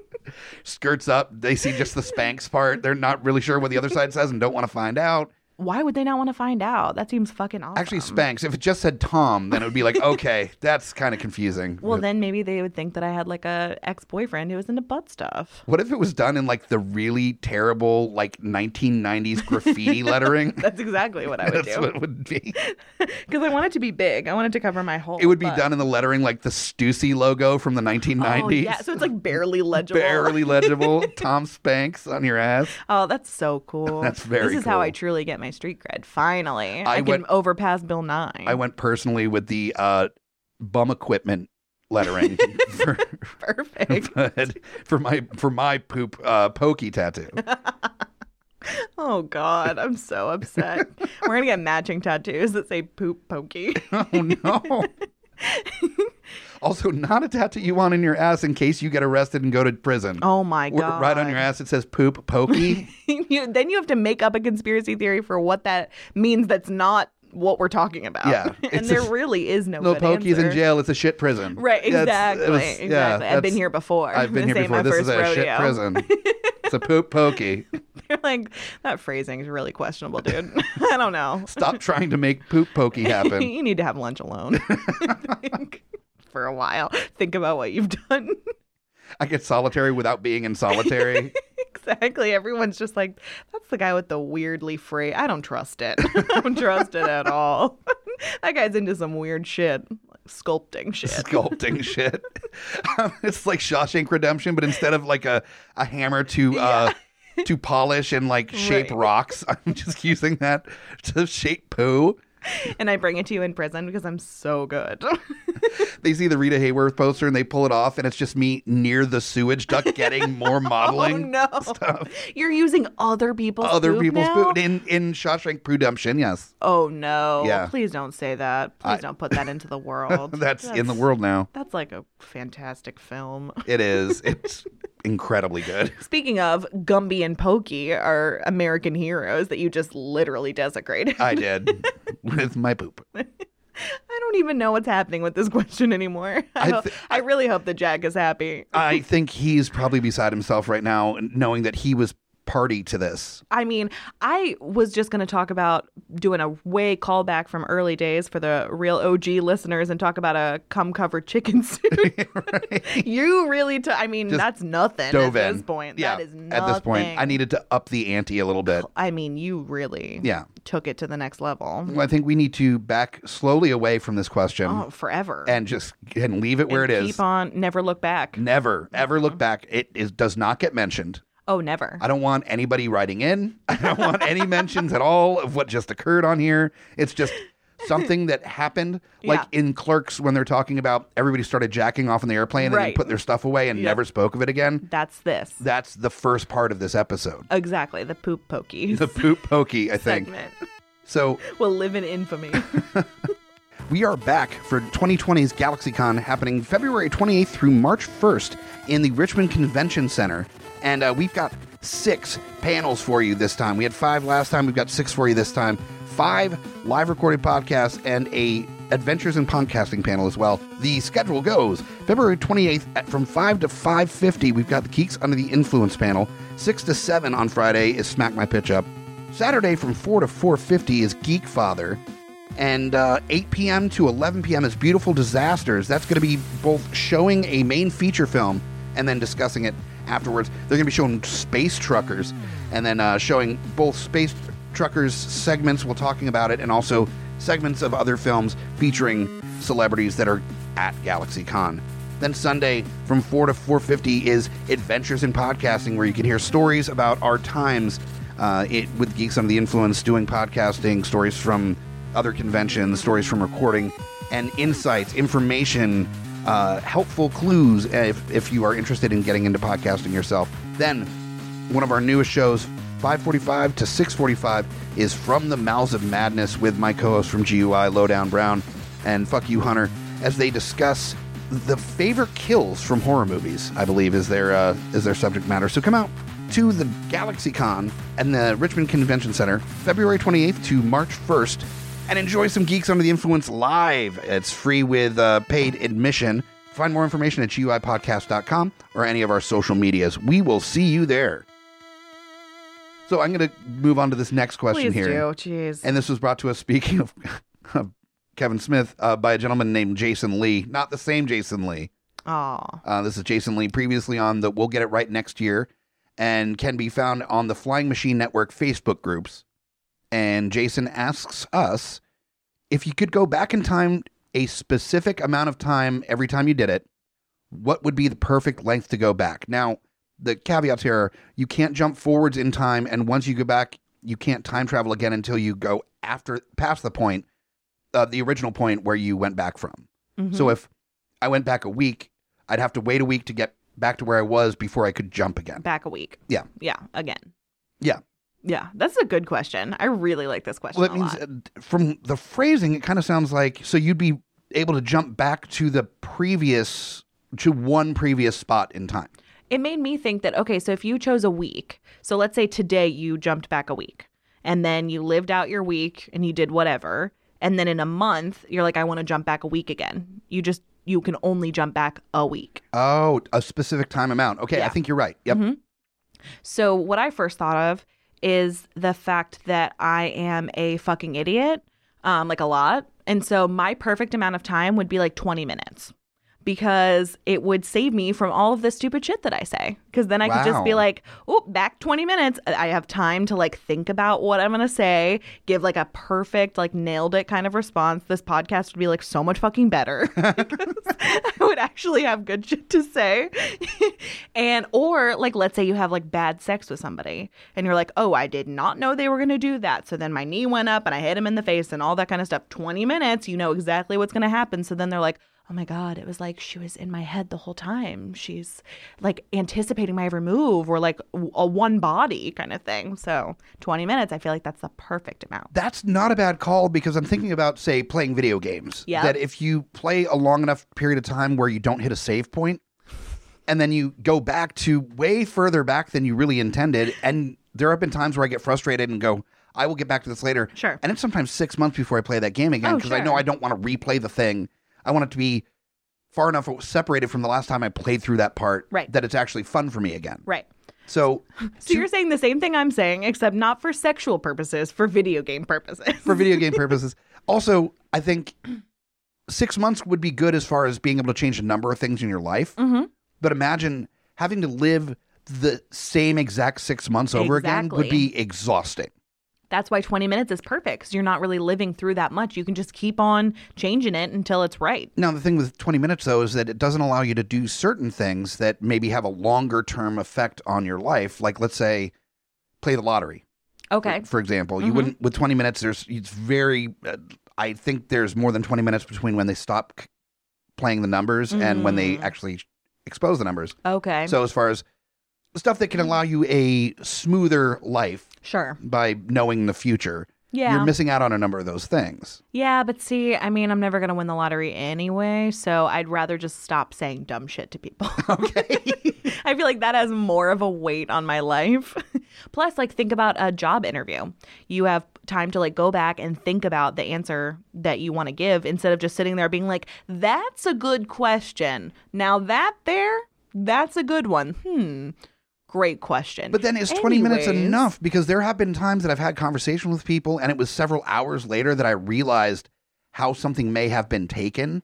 S1: Skirts up. They see just the Spanx part. They're not really sure what the other side says and don't want to find out.
S2: Why would they not want to find out? That seems fucking awesome.
S1: Actually, Spanx, if it just said Tom, then it would be like, okay, that's kind of confusing.
S2: Well, then maybe they would think that I had like a ex boyfriend who was into butt stuff.
S1: what if it was done in like the really terrible, like 1990s graffiti lettering?
S2: That's exactly what I would
S1: That's
S2: do
S1: what it would be.
S2: because I want it to be big. I want it to cover my whole.
S1: It would be
S2: butt.
S1: done in the lettering like the Stussy logo from the 1990s.
S2: Oh, yeah, so it's like barely legible.
S1: Barely legible. Tom Spanks on your ass.
S2: Oh, that's so cool.
S1: That's very
S2: This is how I
S1: cool.
S2: truly get my street cred. Finally,
S1: I
S2: I, can
S1: went-
S2: overpass Bill Nye.
S1: I went personally with the uh, bum equipment lettering for,
S2: Perfect.
S1: but for my for my poop uh, pokey tattoo.
S2: oh God, I'm so upset. We're gonna get matching tattoos that say poop pokey.
S1: Oh no! also, not a tattoo you want in your ass in case you get arrested and go to prison.
S2: Oh my
S1: W-
S2: God.
S1: Right on your ass, it says poop pokey.
S2: you, then you have to make up a conspiracy theory for what that means that's not what we're talking about.
S1: Yeah,
S2: and
S1: it's
S2: there
S1: just-
S2: really is no
S1: no
S2: good
S1: pokey's
S2: answer.
S1: in jail. It's a shit prison.
S2: Right,
S1: Yeah, it's-
S2: exactly.
S1: it was-
S2: exactly.
S1: yeah,
S2: I've been
S1: that's-
S2: here before.
S1: I've been
S2: this
S1: here
S2: ain't my
S1: before. This
S2: first
S1: is a
S2: rodeo.
S1: shit prison. it's a poop pokey.
S2: You're like, that phrasing's really questionable, dude. I don't know.
S1: Stop trying to make poop pokey happen.
S2: you need to have lunch alone. I think, for a while. Think about what you've done.
S1: I get solitary without being in solitary.
S2: exactly. Everyone's just like, that's the guy with the weirdly free. I don't trust it. I don't trust it at all. that guy's into some weird shit. sculpting shit.
S1: sculpting shit. Um, it's like Shawshank Redemption, but instead of like a, a hammer to uh, to polish and like shape
S2: Right.
S1: rocks, I'm just using that to shape poo.
S2: and I bring it to you in prison because I'm so good.
S1: They see the Rita Hayworth poster and they pull it off, and it's just me near the sewage duct getting more
S2: oh
S1: modeling.
S2: no. You're using other people's
S1: Other
S2: poop
S1: people's
S2: now?
S1: poo in in Shawshank Redemption, yes,
S2: Oh no.
S1: Yeah.
S2: Please don't say that. Please
S1: I-
S2: don't put that into the world.
S1: that's, in the world now.
S2: Oh, That's like a fantastic film.
S1: It is. It's incredibly good.
S2: Speaking of, Gumby and Pokey are American heroes that you just literally desecrated.
S1: I did with my poop.
S2: I don't even know what's happening with this question anymore. I,
S1: I
S2: ho-
S1: thi-
S2: I really hope that Jack is happy.
S1: I think he's probably beside himself right now, knowing that he was party to this.
S2: I mean, I was just going to talk about doing a way callback from early days for the real OG listeners and talk about a cum covered chicken suit. You really, t- I mean,
S1: Just
S2: that's nothing
S1: Dove
S2: at
S1: in.
S2: this point.
S1: Yeah,
S2: that is nothing. Oh.
S1: at this point, I needed to up the ante a little bit.
S2: I mean, you really
S1: Yeah, Mm.
S2: took it to the next level.
S1: Well, I think we need to back slowly away from this question
S2: Oh, forever.
S1: and just and leave it where it
S2: And
S1: is. Mm.
S2: Keep on, Uh-huh. never look back.
S1: Never, ever look back. It is does not get mentioned.
S2: Oh, never.
S1: I don't want anybody writing in. I don't want any mentions at all of what just occurred on here. It's just something that happened, like in Clerks when they're talking about everybody started jacking off in the airplane and
S2: Right.
S1: then put their stuff away and never spoke of it again.
S2: That's this.
S1: That's the first part of this episode.
S2: exactly. The poop pokey
S1: The poop pokey, I think.
S2: segment
S1: So
S2: will live in infamy.
S1: we are back for 2020's GalaxyCon happening February 28th through March 1st in the Richmond Convention Center. And uh, we've got six panels for you this time. We had five last time. We've got six for you this time. Five live recorded podcasts and a Adventures in Podcasting panel as well. The schedule goes February 28th at from 5 to 5.50, we've got the Geeks Under the Influence panel. 6 to 7 on Friday is Smack My Pitch Up. Saturday from 4 to 4.50 is Geek Father. And uh, 8 p.m. to 11 p.m. is Beautiful Disasters. That's going to be both showing a main feature film and then discussing it afterwards. They're going to be showing Space Truckers and then uh, showing both Space Truckers segments while talking about it and also segments of other films featuring celebrities that are at GalaxyCon. Then Sunday from 4 to 4.50 is Adventures in Podcasting, where you can hear stories about our times uh, it, with Geeks Under the Influence, doing podcasting, stories from other conventions, stories from recording, and insights, information, uh, helpful clues uh, if, if you are interested in getting into podcasting yourself. Then one of our newest shows, 545 to 645, is From the Mouths of Madness with my co-host from GUI, Lowdown Brown, and Fuck You Hunter, as they discuss the favorite kills from horror movies, I believe, is their uh, is their subject matter. So come out to the GalaxyCon and the Richmond Convention Center, February 28th to March 1st, and enjoy some Geeks Under the Influence live. It's free with uh, paid admission. Find more information at GUIPodcast.com or any of our social medias. We will see you there. So I'm going to move on to this next question
S2: Please
S1: here.
S2: do. Jeez.
S1: And this was brought to us, speaking of, of Kevin Smith, uh, by a gentleman named Jason Lee. Not the same Jason Lee.
S2: Aw.
S1: Uh, this is Jason Lee, previously on the We'll Get It Right Next Year, and can be found on the Flying Machine Network Facebook groups. And Jason asks us if you could go back in time a specific amount of time every time you did it, what would be the perfect length to go back? Now, the caveats here are you can't jump forwards in time, and once you go back, you can't time travel again until you go after past the point, uh, the original point where you went back from.
S2: Mhm.
S1: So if I went back a week, I'd have to wait a week to get back to where I was before I could jump again.
S2: back a week.
S1: Yeah.
S2: Yeah. Again.
S1: Yeah.
S2: Yeah. That's a good question. I really like this question.
S1: Well, that
S2: a
S1: means
S2: lot.
S1: uh, from the phrasing, it kind of sounds like so you'd be able to jump back to the previous to one previous spot in time.
S2: it made me think that okay, so if you chose a week, so let's say today you jumped back a week, and then you lived out your week and you did whatever, and then in a month you're like, I want to jump back a week again. You just you can only jump back a week.
S1: Oh, a specific time amount. Okay, I
S2: Yeah.
S1: think you're right. Yep.
S2: So what I first thought of is the fact that I am a fucking idiot, um, like a lot, and so my perfect amount of time would be like 20 minutes. because it would save me from all of the stupid shit that I say. Because then I could just be
S1: Wow.
S2: like, oh, back 20 minutes. I I have time to like think about what I'm going to say, give like a perfect, like nailed it kind of response. This podcast would be like so much fucking better. I would actually have good shit to say. and or like let's say you have like bad sex with somebody and you're like, "Oh, I did not know they were going to do that." So then my knee went up and I hit him in the face and all that kind of stuff. 20 minutes, you know exactly what's going to happen. So then they're like, "Oh my god, it was like she was in my head the whole time. She's like anticipating my every move or like w- a one body kind of thing." So, 20 minutes, I feel like that's the perfect amount.
S1: That's not a bad call because I'm thinking about, say, playing video games.
S2: Yeah.
S1: That if you play a long enough period of time where you don't hit a save point, and then you go back to way further back than you really intended, and there have been times where I get frustrated and go, I will get back to this later.
S2: Sure.
S1: And it's sometimes six months before I play that game again
S2: Oh,
S1: because I
S2: sure.
S1: know I don't want to replay the thing. I want it to be far enough separated from the last time I played through that part
S2: Right.
S1: that it's actually fun for me again.
S2: Right.
S1: So
S2: So you're saying the same thing I'm saying, except not for sexual purposes, for video game purposes.
S1: for video game purposes. Also, I think six months would be good as far as being able to change a number of things in your life. But imagine having to live the same exact six months over again would
S2: Exactly.
S1: be exhausting.
S2: That's why 20 minutes is perfect because you're not really living through that much. You can just keep on changing it until it's right.
S1: Now, the thing with 20 minutes, though, is that it doesn't allow you to do certain things that maybe have a longer term effect on your life. Like, let's say, play the lottery.
S2: Okay. Mm-hmm.
S1: for example. You wouldn't with 20 minutes. There's it's very. Uh, I think there's more than 20 minutes between when they stop c- playing the numbers and when they actually expose the numbers.
S2: Mm-hmm. Okay.
S1: So as far as stuff that can allow you a smoother life
S2: sure.
S1: by knowing the future,
S2: Yeah.
S1: you're missing out on a number of those things.
S2: yeah. But see, I mean, I'm never going to win the lottery anyway. So I'd rather just stop saying dumb shit to people. Okay. I feel like that has more of a weight on my life. Plus, like, think about a job interview. You have time to like go back and think about the answer that you want to give instead of just sitting there being like, that's a good question. Now, that there, that's a good one. Hmm. Great question.
S1: But then is 20 minutes
S2: Anyways.
S1: enough? Because there have been times that I've had conversation with people and it was several hours later that I realized how something may have been taken.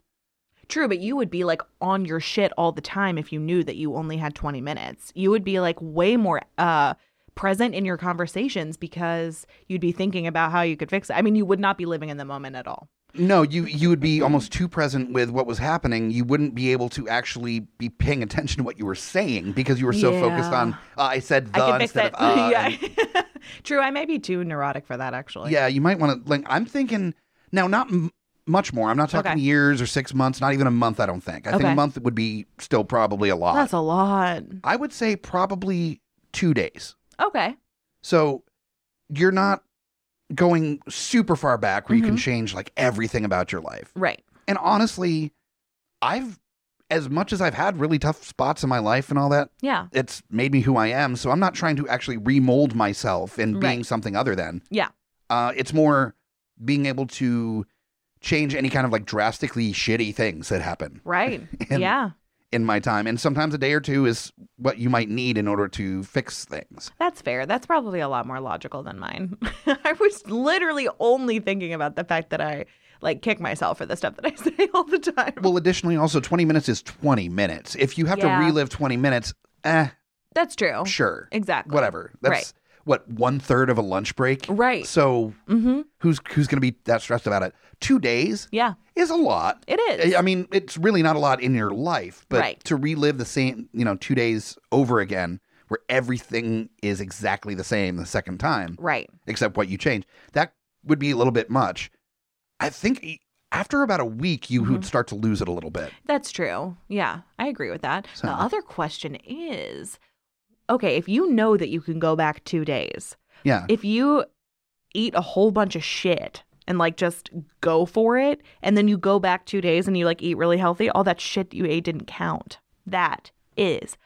S2: True, but you would be like on your shit all the time if you knew that you only had 20 minutes. You would be like way more uh present in your conversations because you'd be thinking about how you could fix it. I mean, you would not be living in the moment at all.
S1: No, you you would be almost too present with what was happening. You wouldn't be able to actually be paying attention to what you were saying because you were so focused
S2: Yeah.
S1: on uh, I said the
S2: I could fix
S1: instead
S2: that.
S1: of uh. and-
S2: yeah. True, I may be too neurotic for that actually.
S1: uh, yeah, you might want to like I'm thinking now not m- much more. I'm not talking
S2: Okay.
S1: years or 6 months, not even a month I don't think. I think a
S2: Okay.
S1: month would be still probably a lot.
S2: That's a lot.
S1: I would say probably 2 days.
S2: Okay.
S1: So you're not going super far back where you
S2: Mm-hmm.
S1: can change like everything about your life.
S2: Right.
S1: And honestly, I've as much as I've had really tough spots in my life and all that,
S2: Yeah.
S1: it's made me who I am. So I'm not trying to actually remold myself in being
S2: Right.
S1: something other than.
S2: Yeah.
S1: Uh, it's more being able to change any kind of like drastically shitty things that happen
S2: Right.
S1: And-
S2: yeah.
S1: in my time. And sometimes a day or two is what you might need in order to fix things.
S2: That's fair. That's probably a lot more logical than mine. I was literally only thinking about the fact that I like kick myself for the stuff that I say all the time.
S1: Well, additionally, also 20 minutes is 20 minutes. If you have to
S2: Yeah.
S1: relive 20 minutes, eh,
S2: That's true.
S1: sure.
S2: Exactly.
S1: Whatever. That's
S2: Right.
S1: what, one third of a lunch break?
S2: Right.
S1: So
S2: Mm-hmm.
S1: who's who's going to be that stressed about it? Two days
S2: Yeah.
S1: is a lot.
S2: It is.
S1: I mean, it's really not a lot in your life, but
S2: Right.
S1: to relive the same, you know, two days over again, where everything is exactly the same the second time,
S2: Right.
S1: except what you change, that would be a little bit much. I think e- after about a week, you would start to lose it a little bit.
S2: That's true. Yeah. I agree with that.
S1: So-
S2: The other question is okay, if you know that you can go back two days,
S1: Yeah.
S2: if you eat a whole bunch of shit and like just go for it, and then you go back two days and you like eat really healthy, all that shit you ate didn't count. That is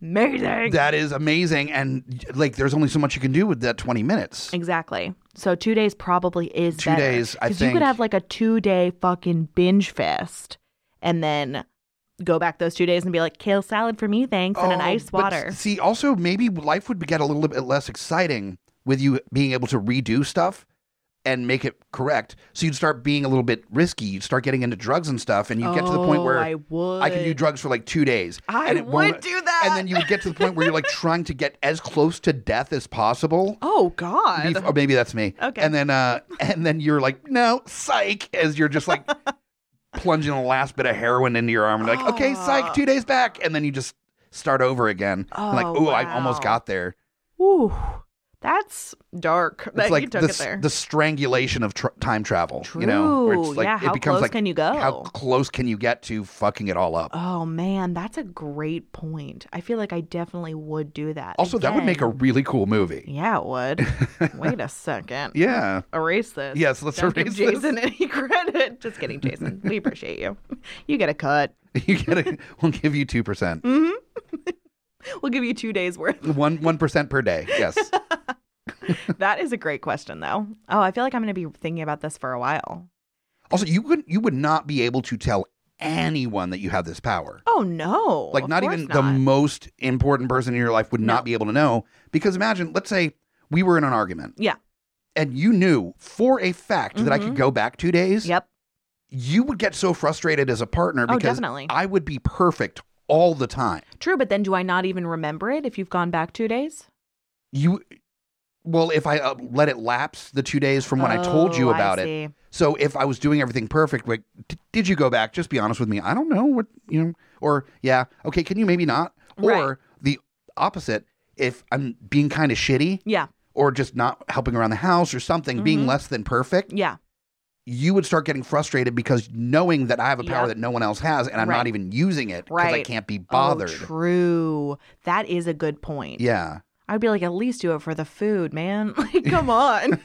S2: amazing.
S1: that is amazing. And like, there's only so much you can do with that 20 minutes.
S2: Exactly. So two days probably is
S1: Two
S2: better.
S1: days, I
S2: 'Cause you
S1: think-
S2: could have like a two day fucking binge fest, and then go back those two days and be like kale salad for me, thanks, and an
S1: Oh,
S2: ice
S1: but
S2: water.
S1: s- See, also maybe life would get a little bit less exciting with you being able to redo stuff and make it correct. So you'd start being a little bit risky. You'd start getting into drugs and stuff, and you would get to the point
S3: Oh,
S1: where
S3: I would.
S1: I can do drugs for like two days.
S2: I
S1: and it
S2: would
S1: won't-
S2: do that.
S1: And then you would get to the point where you're like trying to get as close to death as possible.
S3: Oh God.
S1: Bef- or maybe that's me.
S2: Okay.
S1: And then uh and then you're like, no, psych, as you're just like plunging the last bit of heroin into your arm and like, okay, psych, two days back. And then you just start over again. And like,
S2: Oh,
S1: oh, I almost
S2: wow.
S1: got there.
S2: Ooh, that's dark.
S1: It's
S2: that
S1: like
S2: you took
S1: the,
S2: it
S1: s-
S2: there.
S1: the strangulation of tr- time travel. You know, where it's
S2: True.
S1: like
S2: Yeah,
S1: it
S2: how
S1: becomes
S2: close
S1: like
S2: can you go?
S1: How close can you get to fucking it all up?
S2: oh man, that's a great point. I feel like I definitely would do that.
S1: also, that would make a
S2: Again.
S1: really cool movie.
S2: Yeah, it would. Wait a second.
S1: Yeah.
S2: Erase this.
S1: Yes, let's
S2: Don't give
S1: erase this.
S2: Jason any credit. Just kidding, Jason. We appreciate you. You get a cut. Mm-hmm.
S1: you get a, we'll give you 2%.
S2: We'll give you two days worth.
S1: 1 1% per day. Yes.
S2: That is a great question, though. Oh, I feel like I'm going to be thinking about this for a while.
S1: Also, you would you would not be able to tell anyone that you have this power.
S2: Oh no!
S1: Like
S2: Of
S1: not
S2: course
S1: even the
S2: not.
S1: most important person in your life would not be able to know because imagine, let's say we were in an argument.
S2: Yeah. Mm-hmm.
S1: And you knew for a fact that I could go back 2 days.
S2: Yep.
S1: You would get so frustrated as a partner
S2: Oh,
S1: because
S2: definitely.
S1: I would be perfect all the time.
S2: True, but then do I not even remember it if you've gone back two days?
S1: You well, if I uh, let it lapse the 2 days from when I told you
S2: Oh, I
S1: about it.
S2: see.
S1: So if I was doing everything perfect, like, d- did you go back? Just be honest with me. I don't know what you know. Or yeah, okay, can you maybe not?
S2: Right.
S1: Or the opposite, if I'm being kind of shitty
S2: Yeah, Mm-hmm.
S1: or just not helping around the house or something, being less than perfect,
S2: yeah,
S1: you would start getting frustrated because knowing that I have a power
S2: Yeah.
S1: that no one else has and I'm
S2: Right.
S1: not even using it because I
S2: Right.
S1: can't be
S2: Oh,
S1: bothered.
S2: true, that is a good point.
S1: yeah.
S2: I'd be like, at least do it for the food, man. Like, come on.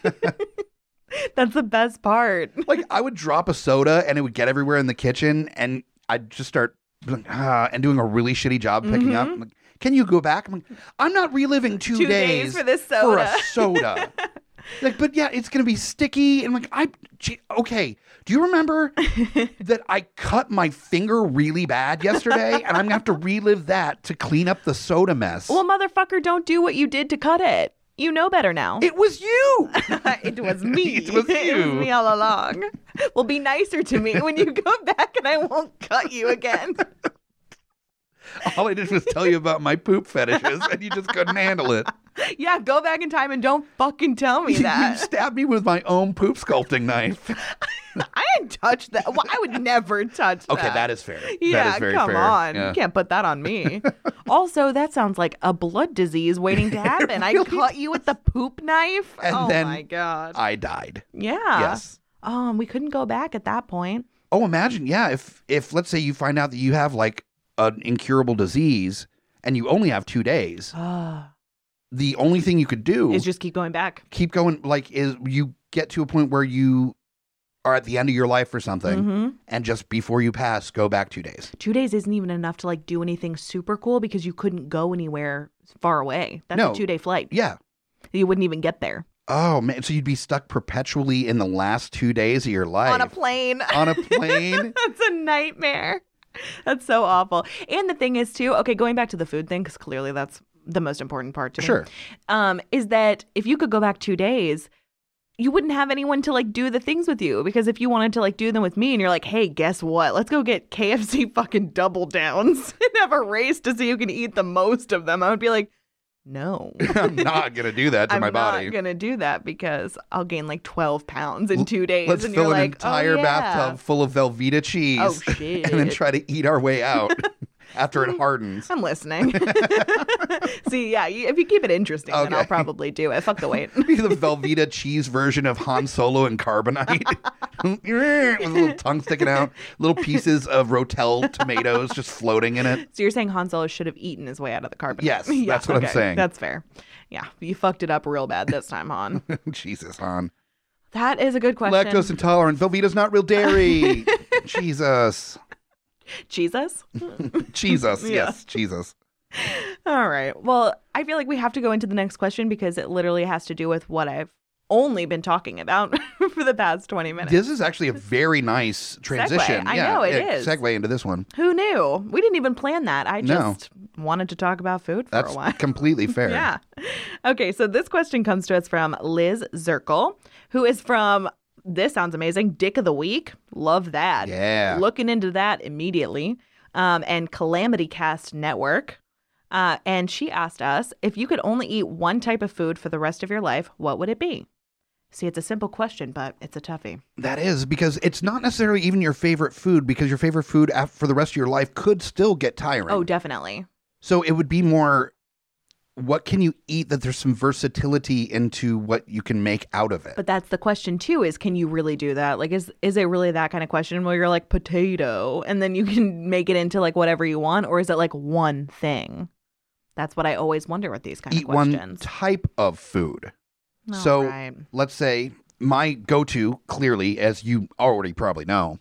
S2: That's the best part.
S1: like I would drop a soda and it would get everywhere in the kitchen, and I'd just start like, ah, and doing a really shitty job picking up. I'm like, Can you go back? I'm like, I'm not reliving two,
S2: Mm-hmm. Two days for this
S1: for a
S2: soda."
S1: soda. like, but yeah, it's gonna be sticky. And like, I gee, okay. Do you remember that I cut my finger really bad yesterday, and I'm gonna have to relive that to clean up the soda mess?
S2: Well, motherfucker, don't do what you did to cut it. You know better now.
S1: it was you.
S2: it was me.
S1: It was you.
S2: me all along. Well, be nicer to me when you go back, and I won't cut you again.
S1: All I did was tell you about my poop fetishes, and you just couldn't handle it.
S2: yeah, go back in time and don't fucking tell me
S1: You
S2: that.
S1: stabbed me with my own poop sculpting knife.
S2: I didn't touch that. Well, I would never touch that.
S1: Okay, that is fair.
S2: Yeah,
S1: that is very
S2: come
S1: fair.
S2: on.
S1: Yeah.
S2: You can't put that on me. also, that sounds like a blood disease waiting to happen. I cut you with the poop knife.
S1: And
S2: oh
S1: then-
S2: my god.
S1: I died.
S2: yeah.
S1: Yes.
S2: Um, we couldn't go back at that point.
S1: Oh, imagine, yeah, if if let's say you find out that you have like an incurable disease and you only have two days,
S2: Uh,
S1: the only thing you could do
S2: is just keep going back.
S1: keep going. Like, is you get to a point where you are at the end of your life or something,
S2: Mhm.
S1: and just before you pass, go back two days.
S2: Two days isn't even enough to like do anything super cool because you couldn't go anywhere far away. That's
S1: No.
S2: a two day flight.
S1: Yeah.
S2: You wouldn't even get there
S1: Oh man, so you'd be stuck perpetually in the last two days of your life
S2: on a plane.
S1: on a plane.
S2: That's a nightmare. That's so awful. And the thing is, too, okay, going back to the food thing, because clearly that's the most important part to me,
S1: Sure.
S2: Um, is that if you could go back two days, you wouldn't have anyone to like do the things with you because if you wanted to like do them with me and you're like, hey, guess what? Let's go get KFC fucking double downs and have a race to see who can eat the most of them, I would be like, no.
S1: I'm not gonna do that to
S2: I'm
S1: my
S2: not
S1: body.
S2: gonna do that because I'll gain like 12 pounds in two days.
S1: Let's
S2: and
S1: fill
S2: you're
S1: an
S2: like, "Oh,
S1: entire
S2: yeah."
S1: bathtub full of Velveeta cheese
S2: Oh shit!
S1: and then try to eat our way out after it hardens.
S2: I'm listening. See, yeah, you, if you keep it interesting, then I'll
S1: Okay.
S2: probably do it. Fuck the wait.
S1: Be the Velveeta cheese version of Han Solo and Carbonite. With a little tongue sticking out, little pieces of Rotel tomatoes just floating in it.
S2: So you're saying Han Solo should have eaten his way out of the carbon?
S1: Yes, that's what I'm saying.
S2: That's fair. Yeah, you fucked it up real bad this time, Han.
S1: Jesus, Han.
S2: that is a good question.
S1: Lactose intolerant. Velveeta's not real dairy. Jesus.
S2: Jesus.
S1: Jesus.
S2: Yeah.
S1: Yes, Jesus.
S2: All right. Well, I feel like we have to go into the next question because it literally has to do with what I've only been talking about for the past 20 minutes.
S1: This is actually a very nice transition.
S2: I
S1: yeah,
S2: know, it
S1: yeah,
S2: is.
S1: Segue into this one.
S2: Who knew? We didn't even plan that. I
S1: No.
S2: just wanted to talk about food for
S1: That's
S2: a while.
S1: completely fair.
S2: Yeah. Okay, so this question comes to us from Liz Zirkle, who is from this sounds amazing, Dick of the Week. Love that.
S1: Yeah.
S2: Looking into that immediately. Um, and Calamity Cast Network. Uh, and she asked us if you could only eat one type of food for the rest of your life, what would it be? See, it's a simple question, but it's a toughie.
S1: That is because it's not necessarily even your favorite food because your favorite food af- for the rest of your life could still get tiring.
S2: Oh, definitely.
S1: so it would be more what can you eat that there's some versatility into what you can make out of it.
S2: But that's the question too: is can you really do that? Like, is is it really that kind of question where you're like potato, and then you can make it into like whatever you want, or is it like one thing? That's what I always wonder with these kind
S1: eat
S2: of
S1: one
S2: questions.
S1: type of food.
S2: All
S1: so
S2: right.
S1: let's say my go-to clearly as you already probably know.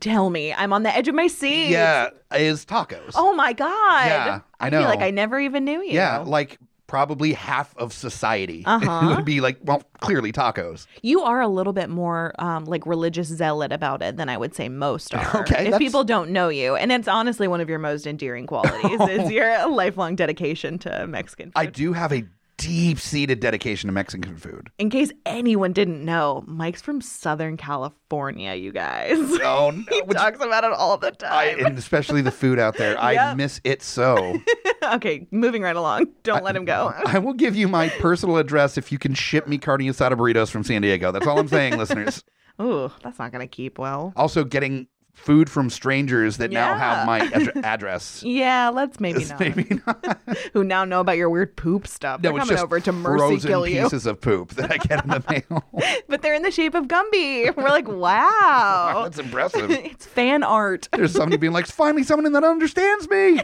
S2: tell me, I'm on the edge of my seat.
S1: Yeah, is tacos.
S2: Oh my god.
S1: Yeah, I
S2: feel like
S1: know.
S2: I never even knew you.
S1: yeah, like probably half of society
S2: Uh-huh.
S1: would be like well clearly tacos.
S2: you are a little bit more um, like religious zealot about it than I would say most are.
S1: Okay,
S2: if
S1: that's-
S2: people don't know you, and it's honestly one of your most endearing qualities is your lifelong dedication to Mexican food.
S1: I do have a deep-seated dedication to Mexican food.
S2: In case anyone didn't know, Mike's from Southern California, you guys.
S1: Oh no,
S2: he
S1: which
S2: talks about it all the
S1: I,
S2: time.
S1: and especially the food out there. I
S2: Yep.
S1: miss it so.
S2: okay, moving right along. Don't let him go.
S1: I will give you my personal address if you can ship me carne asada burritos from San Diego. That's all I'm saying, listeners.
S2: Ooh, that's not going to keep well.
S1: Also, getting food from strangers that now have
S2: Yeah.
S1: my ad- address.
S2: Yeah, let's maybe
S1: is
S2: not.
S1: Maybe not.
S2: Who now know about your weird poop stuff.
S1: No,
S2: they're
S1: it's
S2: coming
S1: just
S2: over to mercy
S1: frozen
S2: kill you.
S1: pieces of poop that I get in the mail.
S2: But they're in the shape of Gumby. We're like, wow.
S1: That's impressive.
S2: it's fan art.
S1: There's somebody being like, finally, someone that understands me.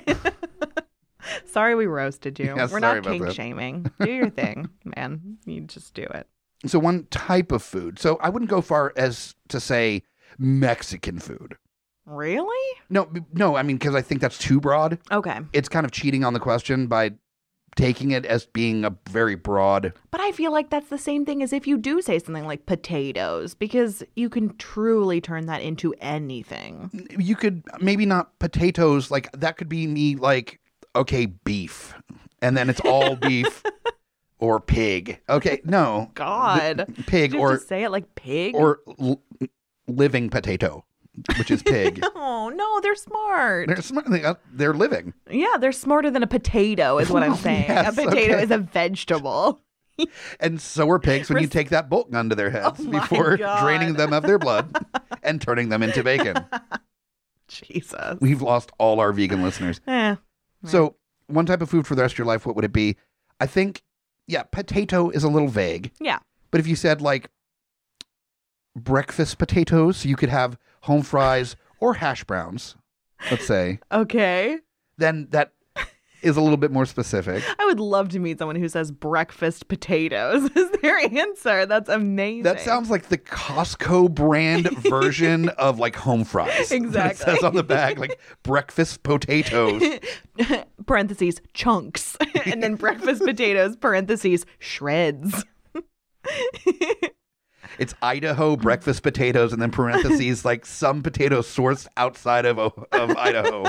S2: Sorry we roasted you.
S1: Yeah, sorry
S2: We're not
S1: about
S2: kink
S1: that.
S2: shaming. Do your thing, man. You just do it.
S1: so, one type of food. So, I wouldn't go far as to say Mexican food.
S2: Really?
S1: No, b- no, I mean, because I think that's too broad.
S2: Okay.
S1: it's kind of cheating on the question by taking it as being a very broad.
S2: But I feel like that's the same thing as if you do say something like potatoes, because you can truly turn that into anything.
S1: You could maybe not potatoes, like that could be me, like, okay, beef. And then it's all beef or pig. Okay, no,
S2: God.
S1: pig
S2: Did you
S1: or,
S2: just say it like pig?
S1: or l- living potato, which is pig.
S2: oh, no, they're smart.
S1: they're, smart, they, uh, they're living.
S2: yeah, they're smarter than a potato, is what I'm saying.
S1: Yes,
S2: a potato
S1: okay.
S2: is a vegetable.
S1: And so are pigs when you
S2: Res-
S1: take that bolt gun to their heads
S2: Oh my
S1: before
S2: God.
S1: draining them of their blood and turning them into bacon.
S2: Jesus.
S1: We've lost all our vegan listeners.
S2: Eh. Right.
S1: So, one type of food for the rest of your life, what would it be? I think, yeah, potato is a little vague.
S2: Yeah.
S1: But if you said like breakfast potatoes, you could have home fries or hash browns, let's say,
S2: Okay.
S1: then that is a little bit more specific.
S2: I would love to meet someone who says breakfast potatoes is their answer. That's amazing.
S1: That sounds like the Costco brand version of like home fries. It
S2: Exactly.
S1: says on the bag like breakfast potatoes.
S2: parentheses chunks and then breakfast potatoes parentheses shreds.
S1: It's Idaho breakfast potatoes, and then parentheses like some potatoes sourced outside of O- of Idaho.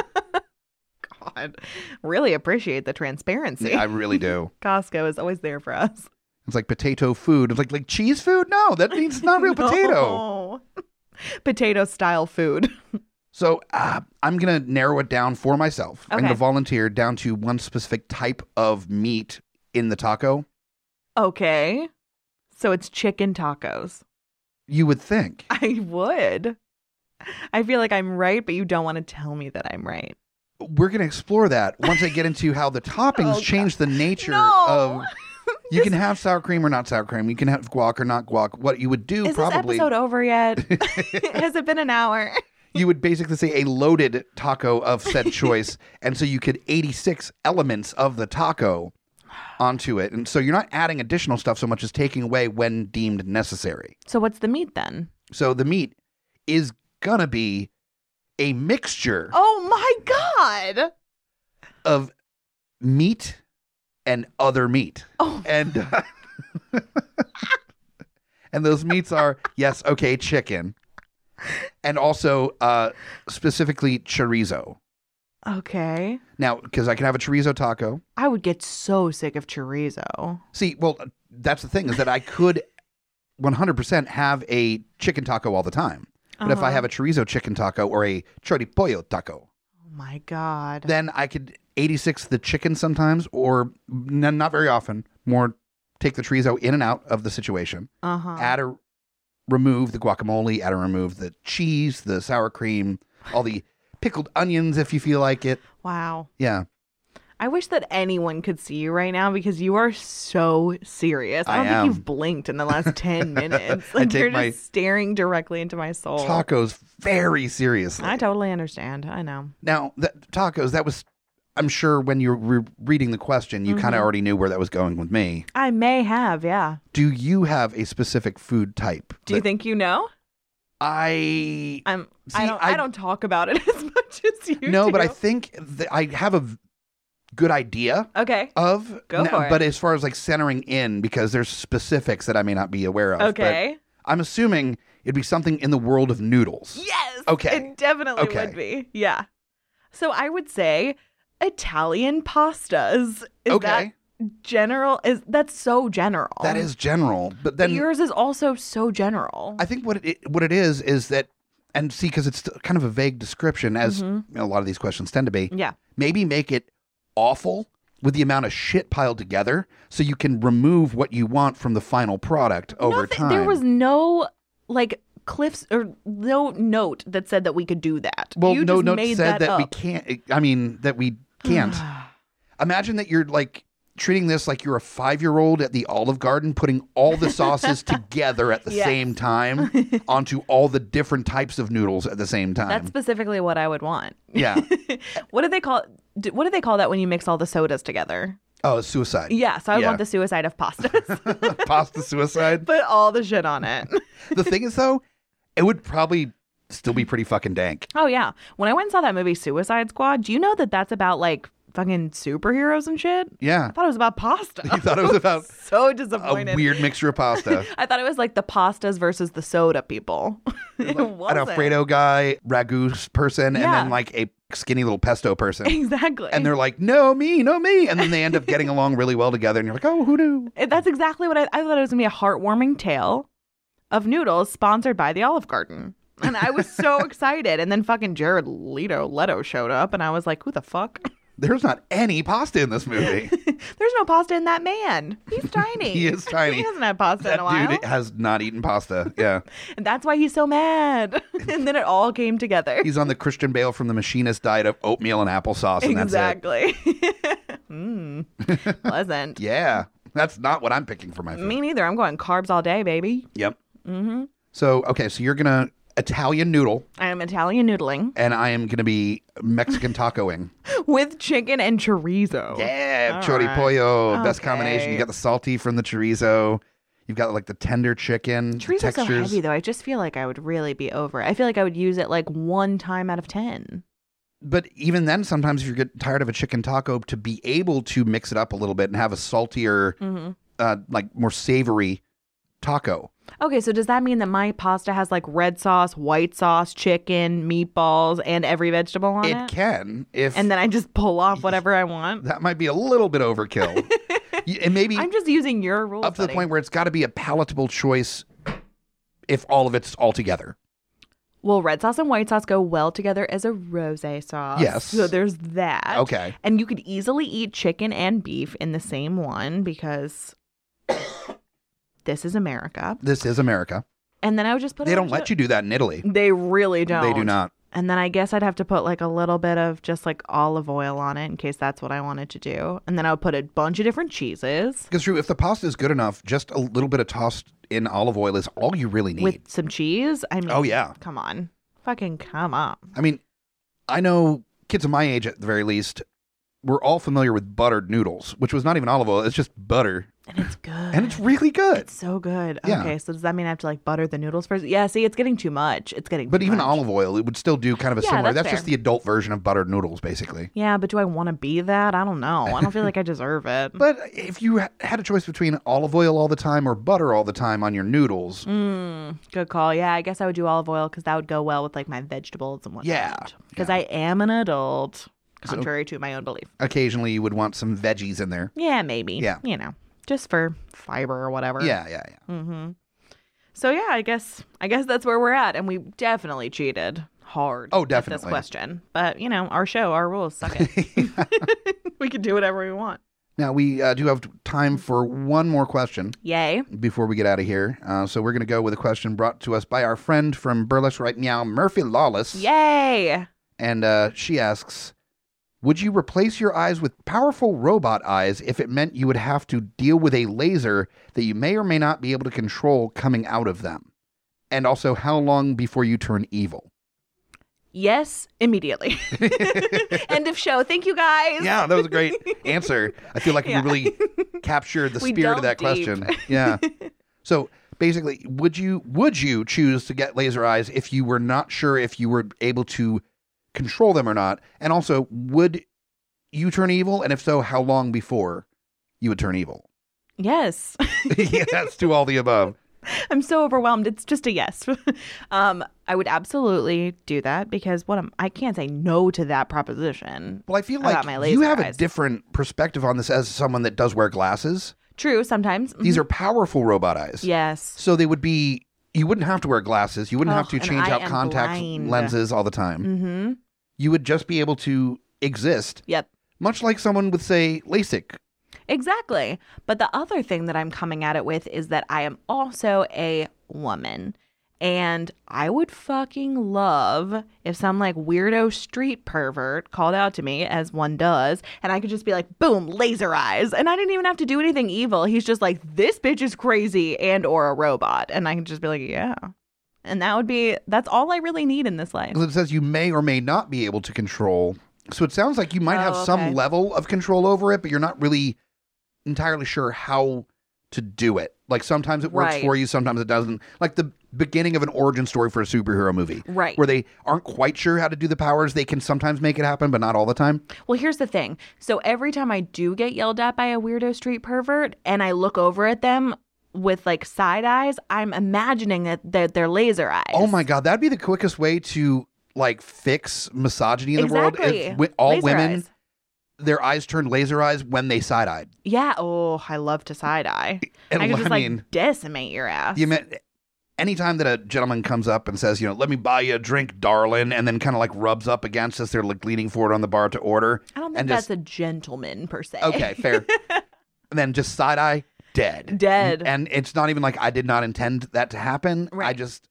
S2: God, really appreciate the transparency.
S1: Oh, Yeah, I really do.
S2: Costco is always there for us.
S1: It's like potato food. It's like like cheese food. No, that means it's not real potato.
S2: No. Potato style food.
S1: So uh, I'm gonna narrow it down for myself. I'm
S2: Okay.
S1: gonna volunteer down to one specific type of meat in the taco.
S2: Okay. So it's chicken tacos.
S1: You would think.
S2: I would. I feel like I'm right, but you don't want to tell me that I'm right.
S1: We're gonna explore that once I get into how the toppings
S2: Oh, God.
S1: change the nature
S2: No.
S1: of. You can have sour cream or not sour cream. You can have guac or not guac. What you would do
S2: Is
S1: probably
S2: this episode over yet? Has it been an hour?
S1: you would basically say a loaded taco of said choice. and so you could 86 elements of the taco onto it. And so you're not adding additional stuff so much as taking away when deemed necessary.
S2: So what's the meat then?
S1: So the meat is going to be a mixture
S2: Oh my god!
S1: of meat and other meat.
S2: Oh.
S1: And. uh, And those meats are yes, okay, chicken, and also uh, specifically chorizo.
S2: Okay.
S1: Now, because I can have a chorizo taco.
S2: I would get so sick of chorizo.
S1: See, well, that's the thing is that I could 100% have a chicken taco all the time. But if I
S2: Uh-huh.
S1: have a chorizo chicken taco or a choripollo taco,
S2: Oh my God.
S1: then I could 86 the chicken sometimes, or n- not very often, more take the chorizo in and out of the situation,
S2: Uh huh.
S1: add or remove the guacamole, add or remove the cheese, the sour cream, all the pickled onions if you feel like it.
S2: wow.
S1: Yeah.
S2: I wish that anyone could see you right now because you are so serious. I
S1: I
S2: don't
S1: am.
S2: think you've blinked in the last 10 minutes.
S1: I
S2: Like,
S1: take
S2: you're
S1: my-
S2: just staring directly into my soul.
S1: Tacos very seriously.
S2: Oh. I totally understand. I know.
S1: Now, that, tacos, that was, I'm sure when you were reading the question, you
S2: Mm-hmm.
S1: kind of already knew where that was going with me.
S2: I may have, yeah.
S1: Do you have a specific food type?
S2: Do you
S1: that
S2: think you know?
S1: I.
S2: I'm
S1: See,
S2: I don't I,
S1: I-
S2: don't talk about it as much as you
S1: no,
S2: do.
S1: but I think that I have a v- good idea
S2: Okay.
S1: of.
S2: Go for it.
S1: But as far as like centering in, because there's specifics that I may not be aware of. but
S2: Okay.
S1: I'm assuming it'd be something in the world of noodles.
S2: Yes.
S1: Okay.
S2: It definitely
S1: Okay.
S2: would be. Yeah. So I would say Italian pastas. Is
S1: okay.
S2: That general is that's so general.
S1: that is general. But
S2: But
S1: then
S2: yours is also so general.
S1: I think what it what it is is that, and see, because it's kind of a vague description, as
S2: Mm-hmm.
S1: a lot of these questions tend to be.
S2: yeah.
S1: Maybe make it awful with the amount of shit piled together, so you can remove what you want from the final product over
S2: Nothing-
S1: time.
S2: There was no like cliffs or no note that said that we could do that.
S1: well,
S2: you
S1: no
S2: just
S1: note
S2: made
S1: said that,
S2: up.
S1: we can't. I mean, that we can't. Imagine that you're like treating this like you're a five year old at the Olive Garden, putting all the sauces together at the
S2: Yes.
S1: same time onto all the different types of noodles at the same time.
S2: That's specifically what I would want.
S1: yeah. Eh.
S2: what do they call d- what do they call that when you mix all the sodas together?
S1: Oh, suicide.
S2: Yeah, so I
S1: Yeah.
S2: want the suicide of pastas.
S1: pasta suicide.
S2: Put all the shit on it.
S1: the thing is, though, it would probably still be pretty fucking dank.
S2: Oh yeah. When I went and saw that movie Suicide Squad, do you know that that's about like fucking superheroes and shit?
S1: Yeah.
S2: I thought it was about pasta.
S1: You thought it was about
S2: so
S1: a
S2: disappointed.
S1: weird mixture of pasta.
S2: I thought it was like the pastas versus the soda people. it
S1: An
S2: wasn't.
S1: Alfredo guy, ragu person, and
S2: Yeah.
S1: then like a skinny little pesto person.
S2: Exactly.
S1: And they're like, no, me, no, me. And then they end up getting along really well together. And you're like, oh, who knew?
S2: It- that's exactly what I, I thought it was gonna be a heartwarming tale of noodles sponsored by the Olive Garden. And I was so excited. And then fucking Jared Leto Leto showed up and I was like, Who the fuck?
S1: There's not any pasta in this movie.
S2: There's no pasta in that man. He's tiny.
S1: He is tiny.
S2: he hasn't had pasta
S1: that
S2: in a while.
S1: dude has not eaten pasta. Yeah.
S2: And that's why he's so mad. and then it all came together.
S1: He's on the Christian Bale from The Machinist diet of oatmeal and applesauce. And that's it.
S2: exactly. mm, pleasant.
S1: Yeah. That's not what I'm picking for my food.
S2: Me neither. I'm going carbs all day, baby.
S1: Yep. Mm-hmm. So okay, so you're gonna Italian noodle,
S2: I am Italian noodling
S1: and I am gonna be Mexican tacoing.
S2: with chicken and chorizo.
S1: yeah,
S2: All
S1: choripollo,
S2: right.
S1: best combination. You
S2: Okay.
S1: got the salty from the chorizo. You've got like the tender chicken the
S2: Chorizo's so
S1: textures.
S2: heavy, though. I just feel like I would really be over it. I feel like I would use it like one time out of 10.
S1: But even then, sometimes if you get tired of a chicken taco, to be able to mix it up a little bit and have a saltier, uh, like more savory taco.
S2: Okay, so does that mean that my pasta has like red sauce, white sauce, chicken, meatballs, and every vegetable on it?
S1: It can if
S2: and then I just pull off whatever I want?
S1: that might be a little bit overkill. Y- and maybe
S2: I'm just using your rules.
S1: up to the
S2: buddy.
S1: point where it's got to be a palatable choice if all of it's all together.
S2: Well, red sauce and white sauce go well together as a rosé sauce.
S1: Yes.
S2: So there's that.
S1: Okay.
S2: And you could easily eat chicken and beef in the same one because this is America.
S1: This is America.
S2: And then I would just put.
S1: they don't let you do that in Italy.
S2: They really don't.
S1: They do not.
S2: And then I guess I'd have to put like a little bit of just like olive oil on it in case that's what I wanted to do. And then I would put a bunch of different cheeses
S1: Because true, if the pasta is good enough, just a little bit of tossed in olive oil is all you really need.
S2: with some cheese. I mean,
S1: Oh, yeah.
S2: Come on. Fucking come on.
S1: I mean, I know kids of my age at the very least we're all familiar with buttered noodles, which was not even olive oil, it's just butter.
S2: And it's good.
S1: And it's really good.
S2: It's so good.
S1: Yeah.
S2: Okay, so does that mean I have to like butter the noodles first? Yeah, see, it's getting too much. It's getting
S1: But
S2: too
S1: even
S2: much.
S1: olive oil, it would still do kind of a
S2: Yeah,
S1: similar.
S2: that's
S1: That's, just
S2: fair. Mm.
S1: the adult version of buttered noodles, basically.
S2: Yeah, but do I want to be that? I don't know. I don't feel like I deserve it.
S1: But if you ha- had a choice between olive oil all the time or butter all the time on your noodles,
S2: Mm, good call. Yeah, I guess I would do olive oil because that would go well with like my vegetables and whatnot.
S1: Yeah,
S2: Because I am an adult. contrary to my own belief.
S1: Occasionally, you would want some veggies in there.
S2: Yeah, maybe.
S1: Yeah.
S2: You know, just for fiber or whatever.
S1: Yeah, yeah, yeah.
S2: So yeah, I guess I guess that's where we're at, and we definitely cheated hard.
S1: Oh,
S2: with
S1: definitely.
S2: this question, but you know, our show, our rules, suck it. we can do whatever we want.
S1: Now we uh, do have time for one more question
S2: Yay!
S1: before we get out of here. Uh, so we're going to go with a question brought to us by our friend from Burlesque Right Now, Murphy Lawless,
S2: Yay!
S1: and uh, she asks, "Would you replace your eyes with powerful robot eyes if it meant you would have to deal with a laser that you may or may not be able to control coming out of them? And also, how long before you turn evil?"
S2: Yes, immediately. End of show. Thank you guys.
S1: Yeah, that was a great answer. I feel like
S2: Yeah.
S1: we really captured the
S2: We
S1: spirit of that
S2: delved deep.
S1: question. Yeah. So basically, would you would you choose to get laser eyes if you were not sure if you were able to control them or not? And also, would you turn evil? And if so, how long before you would turn evil?
S2: Yes.
S1: yeah, that's to all the above.
S2: I'm so overwhelmed. It's just a yes. um, I would absolutely do that because what am I can't say no to that proposition.
S1: Well, I feel
S2: I got
S1: like
S2: my
S1: you
S2: laser
S1: have
S2: eyes.
S1: a different perspective on this as someone that does wear glasses.
S2: True, sometimes. Mhm.
S1: These are powerful robot eyes.
S2: yes.
S1: So they would be. You wouldn't have to wear glasses. You wouldn't
S2: Oh,
S1: have to
S2: and
S1: change
S2: I
S1: out
S2: am
S1: contact
S2: blind.
S1: lenses all the time.
S2: Mm-hmm.
S1: You would just be able to exist,
S2: Yep.
S1: much like someone with, say, LASIK.
S2: Exactly. But the other thing that I'm coming at it with is that I am also a woman. And I would fucking love if some like weirdo street pervert called out to me, as one does, and I could just be like, boom, laser eyes. And I didn't even have to do anything evil. He's just like, this bitch is crazy and or a robot. And I can just be like, yeah. And that would be that's all I really need in this life.
S1: Because It says you may or may not be able to control. So it sounds like you might have
S2: Oh, okay.
S1: some level of control over it, but you're not really entirely sure how to do it. Like sometimes it works
S2: Right.
S1: for you, sometimes it doesn't. Like the beginning of an origin story for a superhero movie.
S2: Right.
S1: Where they aren't quite sure how to do the powers. They can sometimes make it happen, but not all the time.
S2: Well, here's the thing. So every time I do get yelled at by a weirdo street pervert and I look over at them with like side eyes, I'm imagining that, that they're laser eyes.
S1: Oh my god, that'd be the quickest way to like fix misogyny in the world
S2: Exactly.
S1: if wi- all
S2: Laser
S1: women
S2: eyes.
S1: their eyes turn laser eyes when they side eyed.
S2: Yeah. Oh, I love to side eye. I
S1: And
S2: could just
S1: I
S2: like
S1: mean-
S2: decimate your ass.
S1: You mean anytime that a gentleman comes up and says, you know, let me buy you a drink, darling, and then kind of like rubs up against us, they're like leaning forward on the bar to order.
S2: I don't
S1: and
S2: think that's a gentleman per se.
S1: okay, fair. and then just side eye, dead,
S2: Dead.
S1: And it's not even like I did not intend that to happen. I
S2: Right.
S1: just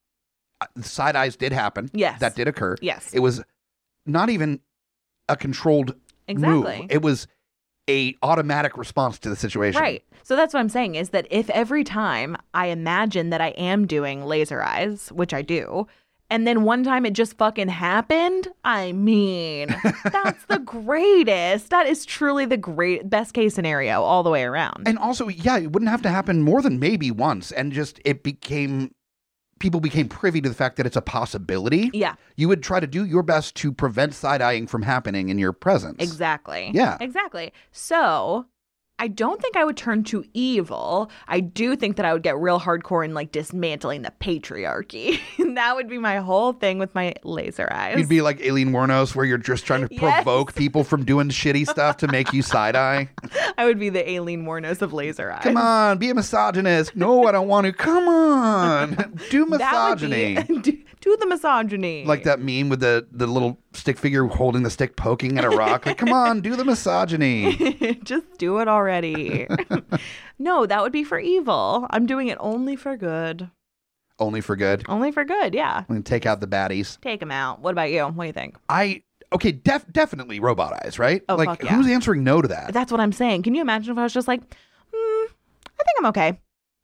S1: side eyes did happen.
S2: Yes.
S1: that did occur.
S2: Yes.
S1: It was not even a controlled
S2: Exactly.
S1: move. It was a automatic response to the situation.
S2: Right. So that's what I'm saying is that if every time I imagine that I am doing laser eyes, which I do, and then one time it just fucking happened, I mean, that's the greatest. That is truly the great best case scenario all the way around.
S1: And also, yeah, it wouldn't have to happen more than maybe once. And just it became people became privy to the fact that it's a possibility.
S2: yeah,
S1: You would try to do your best to prevent side eyeing from happening in your presence.
S2: exactly.
S1: Yeah.
S2: Exactly. So I don't think I would turn to evil. I do think that I would get real hardcore in like dismantling the patriarchy. that would be my whole thing with my laser eyes.
S1: You'd be like Aileen Warnos, where you're just trying to
S2: Yes.
S1: provoke people from doing shitty stuff to make you side eye.
S2: I would be the Aileen Warnos of laser eyes.
S1: Come on, be a misogynist. No, I don't want to. Come on, do
S2: That would
S1: misogyny.
S2: Be, do, do the misogyny.
S1: like that meme with the the little stick figure holding the stick poking at a rock. Like, come on, do the misogyny.
S2: Just do it already. no, that would be for evil. I'm doing it only for good.
S1: Only for good.
S2: Only for good, yeah.
S1: We can take out the baddies.
S2: Take him out. What about you? What do you think?
S1: I okay, def- definitely robot eyes, right?
S2: Oh,
S1: like
S2: fuck yeah.
S1: who's answering no to that?
S2: That's what I'm saying. Can you imagine if I was just like, hmm, I think I'm okay.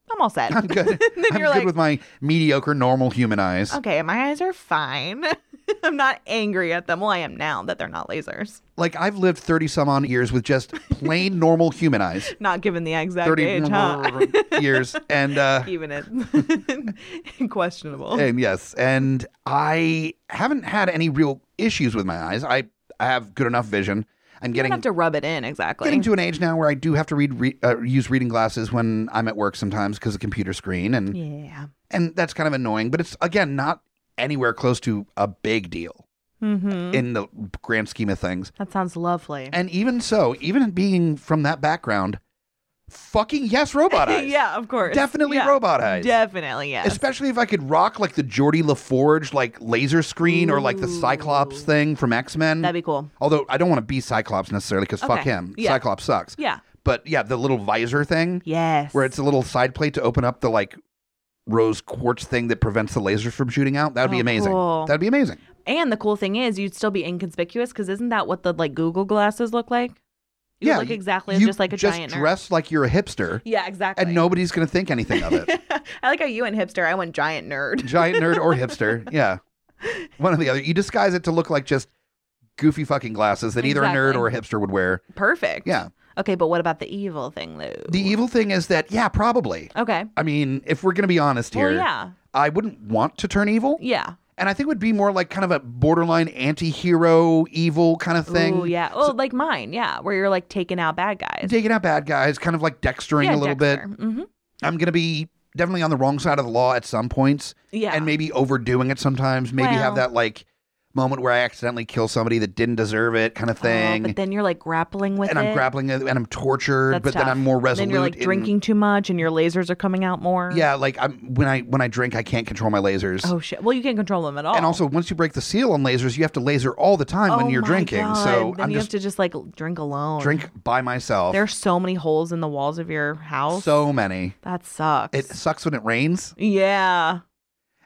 S2: I'm all set.
S1: I'm good.
S2: And then
S1: I'm
S2: you're
S1: good
S2: like, Um,
S1: with my mediocre, normal human eyes.
S2: okay, my eyes are fine. I'm not angry at them. Well, I am now that they're not lasers.
S1: Like I've lived thirty some on years with just plain normal human eyes.
S2: Not given the exact
S1: Thirty
S2: age, huh?
S1: years, and uh,
S2: Even it questionable.
S1: and yes, and I haven't had any real issues with my eyes. I I have good enough vision. I'm
S2: You
S1: getting
S2: don't have to rub it in exactly.
S1: getting to an age now where I do have to read re- uh, use reading glasses when I'm at work sometimes because of computer screen and
S2: yeah.
S1: and that's kind of annoying but it's again not anywhere close to a big deal
S2: Mm-hmm.
S1: in the grand scheme of things.
S2: That sounds lovely.
S1: And even so, even being from that background, fucking yes, robot eyes.
S2: yeah, of course.
S1: Definitely
S2: Yeah.
S1: robot eyes.
S2: Definitely, yes.
S1: Especially if I could rock like the Geordie LaForge like laser screen or like the
S2: Ooh.
S1: Cyclops thing from X Men.
S2: That'd be cool.
S1: Although I don't want to be Cyclops necessarily because fuck
S2: Okay.
S1: him.
S2: Yeah.
S1: Cyclops sucks.
S2: Yeah.
S1: But yeah, the little visor thing
S2: Yes.
S1: where it's a little side plate to open up the like rose quartz thing that prevents the lasers from shooting out. That would be
S2: Oh,
S1: amazing.
S2: cool.
S1: That'd be amazing.
S2: And the cool thing is, you'd still be inconspicuous because isn't that what the like Google glasses look like? You
S1: Yeah,
S2: look
S1: you-
S2: exactly
S1: you
S2: just like a
S1: just
S2: giant. nerd.
S1: dress like you're a hipster
S2: yeah, exactly.
S1: and nobody's gonna think anything of it.
S2: I like how you and hipster. I went giant nerd.
S1: giant nerd or hipster. Yeah. One or the other. You disguise it to look like just goofy fucking glasses that either a nerd
S2: Exactly.
S1: or a hipster would wear.
S2: Perfect.
S1: Yeah.
S2: Okay, but what about the evil thing, Lou?
S1: The evil thing is that, yeah, probably.
S2: Okay.
S1: I mean, if we're going to be honest here,
S2: Well, yeah.
S1: I wouldn't want to turn evil.
S2: Yeah.
S1: And I think it would be more like kind of a borderline anti hero evil kind of thing.
S2: Oh, yeah. Oh, like mine. Yeah, where you're like taking out bad guys.
S1: Taking out bad guys, kind of like dextering a little bit.
S2: hmm
S1: I'm going to be definitely on the wrong side of the law at some points
S2: Yeah.
S1: and maybe overdoing it sometimes. Maybe have
S2: Well.
S1: that like moment where I accidentally kill somebody that didn't deserve it kind of
S2: Oh,
S1: thing.
S2: but then you're like grappling with
S1: and
S2: it.
S1: I'm grappling it, and I'm tortured,
S2: That's
S1: but then
S2: tough.
S1: I'm more resolute.
S2: Then you're like
S1: in-
S2: drinking too much, and your lasers are coming out more.
S1: yeah, like I'm when I when I drink, I can't control my lasers.
S2: Oh shit. Well, you can't control them at all.
S1: And also, once you break the seal on lasers, you have to laser all the time
S2: Oh
S1: when you're
S2: my
S1: drinking.
S2: God.
S1: So
S2: then
S1: I'm
S2: you
S1: just
S2: have to just like drink alone.
S1: drink by myself.
S2: There's so many holes in the walls of your house.
S1: so many.
S2: that sucks.
S1: It sucks when it rains,
S2: yeah.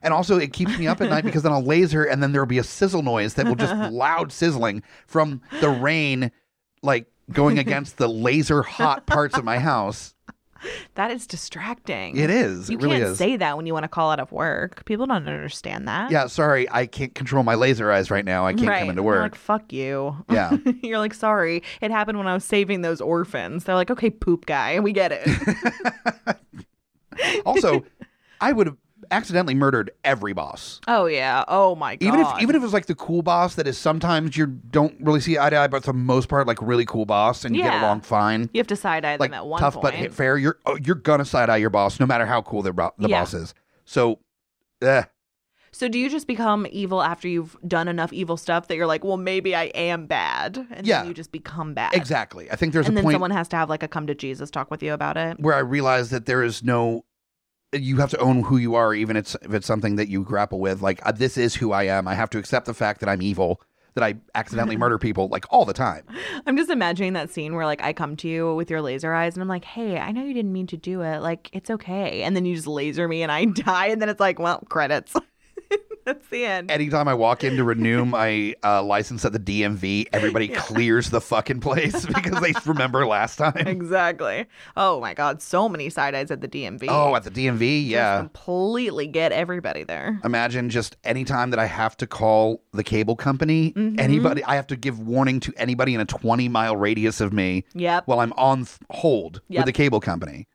S1: and also it keeps me up at night because then I'll laser, and then there'll be a sizzle noise that will just loud sizzling from the rain, like going against the laser hot parts of my house.
S2: That is distracting.
S1: It is.
S2: You
S1: it really
S2: can't
S1: is.
S2: say that when you want to call out of work. People don't understand that.
S1: yeah, sorry, I can't control my laser eyes right now. I can't
S2: right.
S1: come into
S2: They're
S1: work.
S2: Like fuck you.
S1: Yeah.
S2: You're like sorry. It happened when I was saving those orphans. They're like, okay, poop guy, we get it.
S1: Also, I would have accidentally murdered every boss.
S2: oh yeah. Oh my god.
S1: Even if even if it was like the cool boss that is sometimes you don't really see eye to eye, but for the most part, like really cool boss and you get
S2: Yeah.
S1: along fine.
S2: you have to side eye
S1: Like
S2: them at one
S1: tough but
S2: point.
S1: hit fair. You're oh, you're gonna side eye your boss no matter how cool the, bo- the
S2: Yeah. Uh,
S1: boss is. So, eh,
S2: So do you just become evil after you've done enough evil stuff that you're like, well, maybe I am bad, and
S1: Yeah.
S2: then you just become bad?
S1: exactly. I think there's
S2: and
S1: a
S2: then
S1: point
S2: someone has to have like a come to Jesus talk with you about it.
S1: where I realized that there is no. You have to own who you are, even it's, if it's something that you grapple with. Like uh, this is who I am. I have to accept the fact that I'm evil, that I accidentally murder people like all the time.
S2: I'm just imagining that scene where like I come to you with your laser eyes and I'm like, hey, I know you didn't mean to do it. Like, it's okay. And then you just laser me and I die. And then it's like, well, credits. That's the end.
S1: anytime I walk in to renew my uh, license at the DMV, everybody clears the fucking place because they remember last time.
S2: exactly. Oh my God. So many side eyes at the DMV.
S1: Oh, at the DMV,
S2: Just
S1: yeah. Uh,
S2: completely get everybody there.
S1: Imagine just any time that I have to call the cable company,
S2: Mm-hmm.
S1: anybody, I have to give warning to anybody in a 20 mile radius of me
S2: Yep.
S1: while I'm on th- hold with
S2: Yep.
S1: the cable company.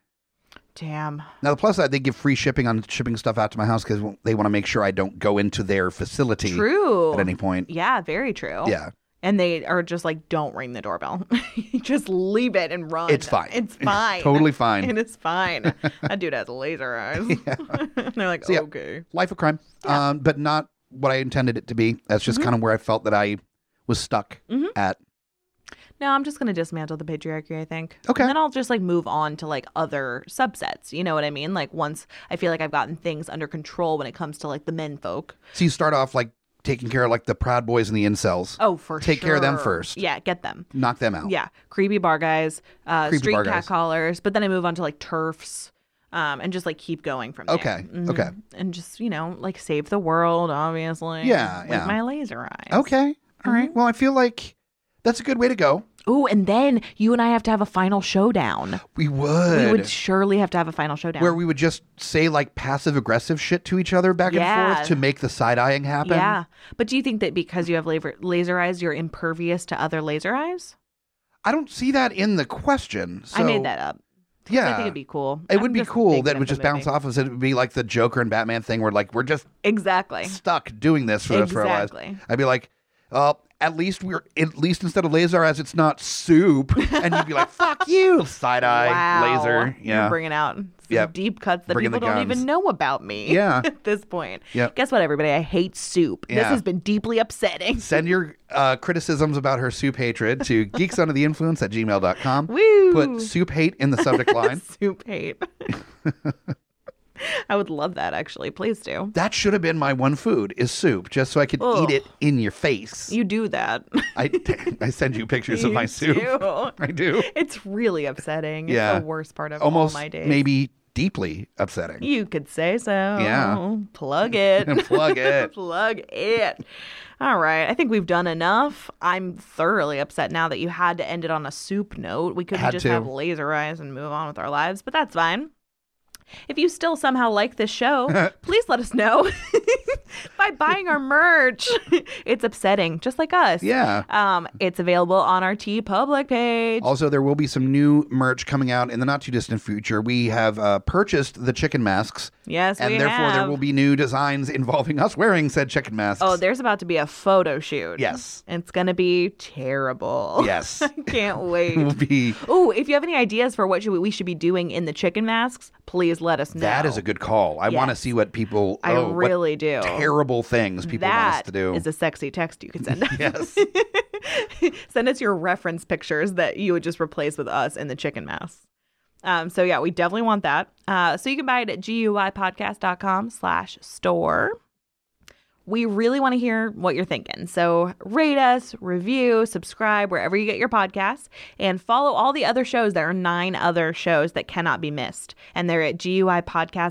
S2: Damn.
S1: Now, the plus side, they give free shipping on shipping stuff out to my house because they want to make sure I don't go into their facility
S2: True.
S1: at any point.
S2: Yeah, very true.
S1: Yeah.
S2: And they are just like, don't ring the doorbell. just leave it and run.
S1: It's fine.
S2: It's fine.
S1: totally fine.
S2: It is fine. that dude has laser eyes. and they're like,
S1: So, yeah.
S2: okay.
S1: life of crime, um, but not what I intended it to be. That's just
S2: Mm-hmm.
S1: kind of where I felt that I was stuck
S2: Mhm.
S1: at.
S2: No, I'm just gonna dismantle the patriarchy, I think.
S1: Okay.
S2: And then I'll just like move on to like other subsets. You know what I mean? Like once I feel like I've gotten things under control when it comes to like the men folk.
S1: So you start off like taking care of like the Proud Boys and the incels,
S2: Oh, for sure.
S1: Take care of them first.
S2: Yeah, get them.
S1: knock them out.
S2: Yeah. Creepy bar guys, uh
S1: Creepy bar
S2: street cat
S1: guys.
S2: callers. But then I move on to like turfs. Um, and just like keep going from there.
S1: Okay,
S2: Mhm.
S1: okay.
S2: And just, you know, like save the world, obviously.
S1: Yeah,
S2: With
S1: yeah. Oh.
S2: my laser eyes.
S1: Okay. All right.
S2: Mm-hmm.
S1: Well, I feel like that's a good way to go.
S2: Ooh, and then you and I have to have a final showdown.
S1: We would.
S2: We would surely have to have a final showdown.
S1: where we would just say like passive aggressive shit to each other back
S2: Yeah.
S1: and forth to make the side eyeing happen.
S2: yeah. But do you think that because you have laser, laser eyes, you're impervious to other laser eyes?
S1: I don't see that in the question. So
S2: I made that up.
S1: Yeah.
S2: I think it'd be cool.
S1: It would be cool that would just bounce off of it. It would be like the Joker and Batman thing where like we're just
S2: Exactly.
S1: stuck doing this for the rest of our lives.
S2: Exactly.
S1: I'd be like, oh, At least we're at least instead of laser eyes, it's not soup, and you'd be like, "Fuck you, side eye
S2: Wow.
S1: laser." Yeah,
S2: You're bringing out some
S1: Yep.
S2: deep cuts that
S1: Bringing the
S2: people don't
S1: guns.
S2: even know about me.
S1: Yeah.
S2: at this point.
S1: Yep.
S2: Guess what, everybody? I hate soup. This
S1: Yeah.
S2: has been deeply upsetting.
S1: send your uh, criticisms about her soup hatred to geeksunderinfluence at gmail.com.
S2: Woo.
S1: Put soup hate in the subject line.
S2: soup hate. I would love that actually. Please do.
S1: that should have been my one food is soup, just so I could
S2: Ugh.
S1: eat it in your face.
S2: You do that.
S1: I, I send you pictures of my
S2: You
S1: soup.
S2: do.
S1: I do.
S2: It's really upsetting.
S1: Yeah.
S2: It's the worst part of
S1: Almost
S2: all my days.
S1: maybe deeply upsetting.
S2: You could say so.
S1: Yeah.
S2: Plug it.
S1: Plug it.
S2: Plug it. All right. I think we've done enough. I'm thoroughly upset now that you had to end it on a soup note. We could
S1: Had
S2: not just
S1: to.
S2: have laser eyes and move on with our lives, but that's fine. If you still somehow like this show, please let us know by buying our merch. it's upsetting, just like us.
S1: Yeah.
S2: Um, it's available on our T Public page.
S1: Also, there will be some new merch coming out in the not too distant future. We have uh, purchased the chicken masks,
S2: Yes,
S1: and
S2: we
S1: therefore there
S2: have.
S1: will be new designs involving us wearing said chicken masks.
S2: Oh, there's about to be a photo shoot.
S1: Yes.
S2: And it's going to be terrible.
S1: Yes.
S2: I can't
S1: will
S2: wait.
S1: be.
S2: Oh, if you have any ideas for what should we, we should be doing in the chicken masks, please let us know.
S1: That is a good call. I want to
S2: Yes.
S1: see what people.
S2: I
S1: oh, what
S2: really do.
S1: terrible things people want us
S2: That
S1: to do.
S2: is a sexy text you can send. us.
S1: yes.
S2: send us your reference pictures that you would just replace with us in the chicken masks. Um, so yeah, we definitely want that. Uh, so you can buy it at guipodcast.com slash store. We really want to hear what you're thinking. So rate us, review, subscribe wherever you get your podcasts, and follow all the other shows. There are nine other shows that cannot be missed, and they're at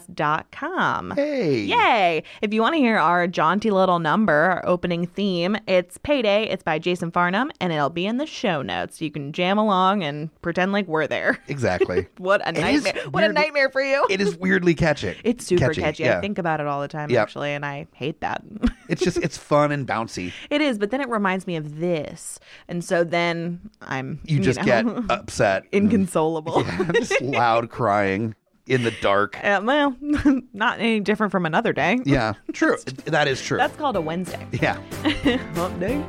S2: guipodcast.com.
S1: Hey.
S2: Yay! If you want to hear our jaunty little number, our opening theme, it's Payday. It's by Jason Farnham, and it'll be in the show notes. You can jam along and pretend like we're there.
S1: Exactly.
S2: What a
S1: is
S2: nightmare! What a
S1: weirdly-
S2: nightmare for you.
S1: it is weirdly catchy.
S2: it's super catchy.
S1: Yeah.
S2: I think about it all the time,
S1: Yep.
S2: actually, and I hate that.
S1: it's just it's fun and bouncy.
S2: it is, but then it reminds me of this, and so then I'm
S1: You just
S2: know,
S1: get upset.
S2: inconsolable.
S1: just loud crying in the dark.
S2: Uh, well, not any different from another day.
S1: Yeah, true. that is true.
S2: That's called a Wednesday.
S1: yeah.
S2: Hump day.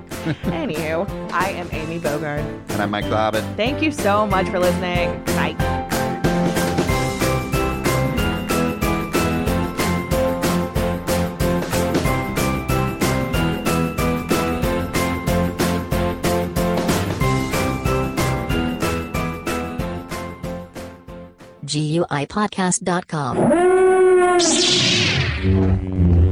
S2: Anywho, I am Amy Bogart.
S1: And I'm Mike the Hobbit.
S2: Thank you so much for listening. Bye.
S3: GUIPodcast.com.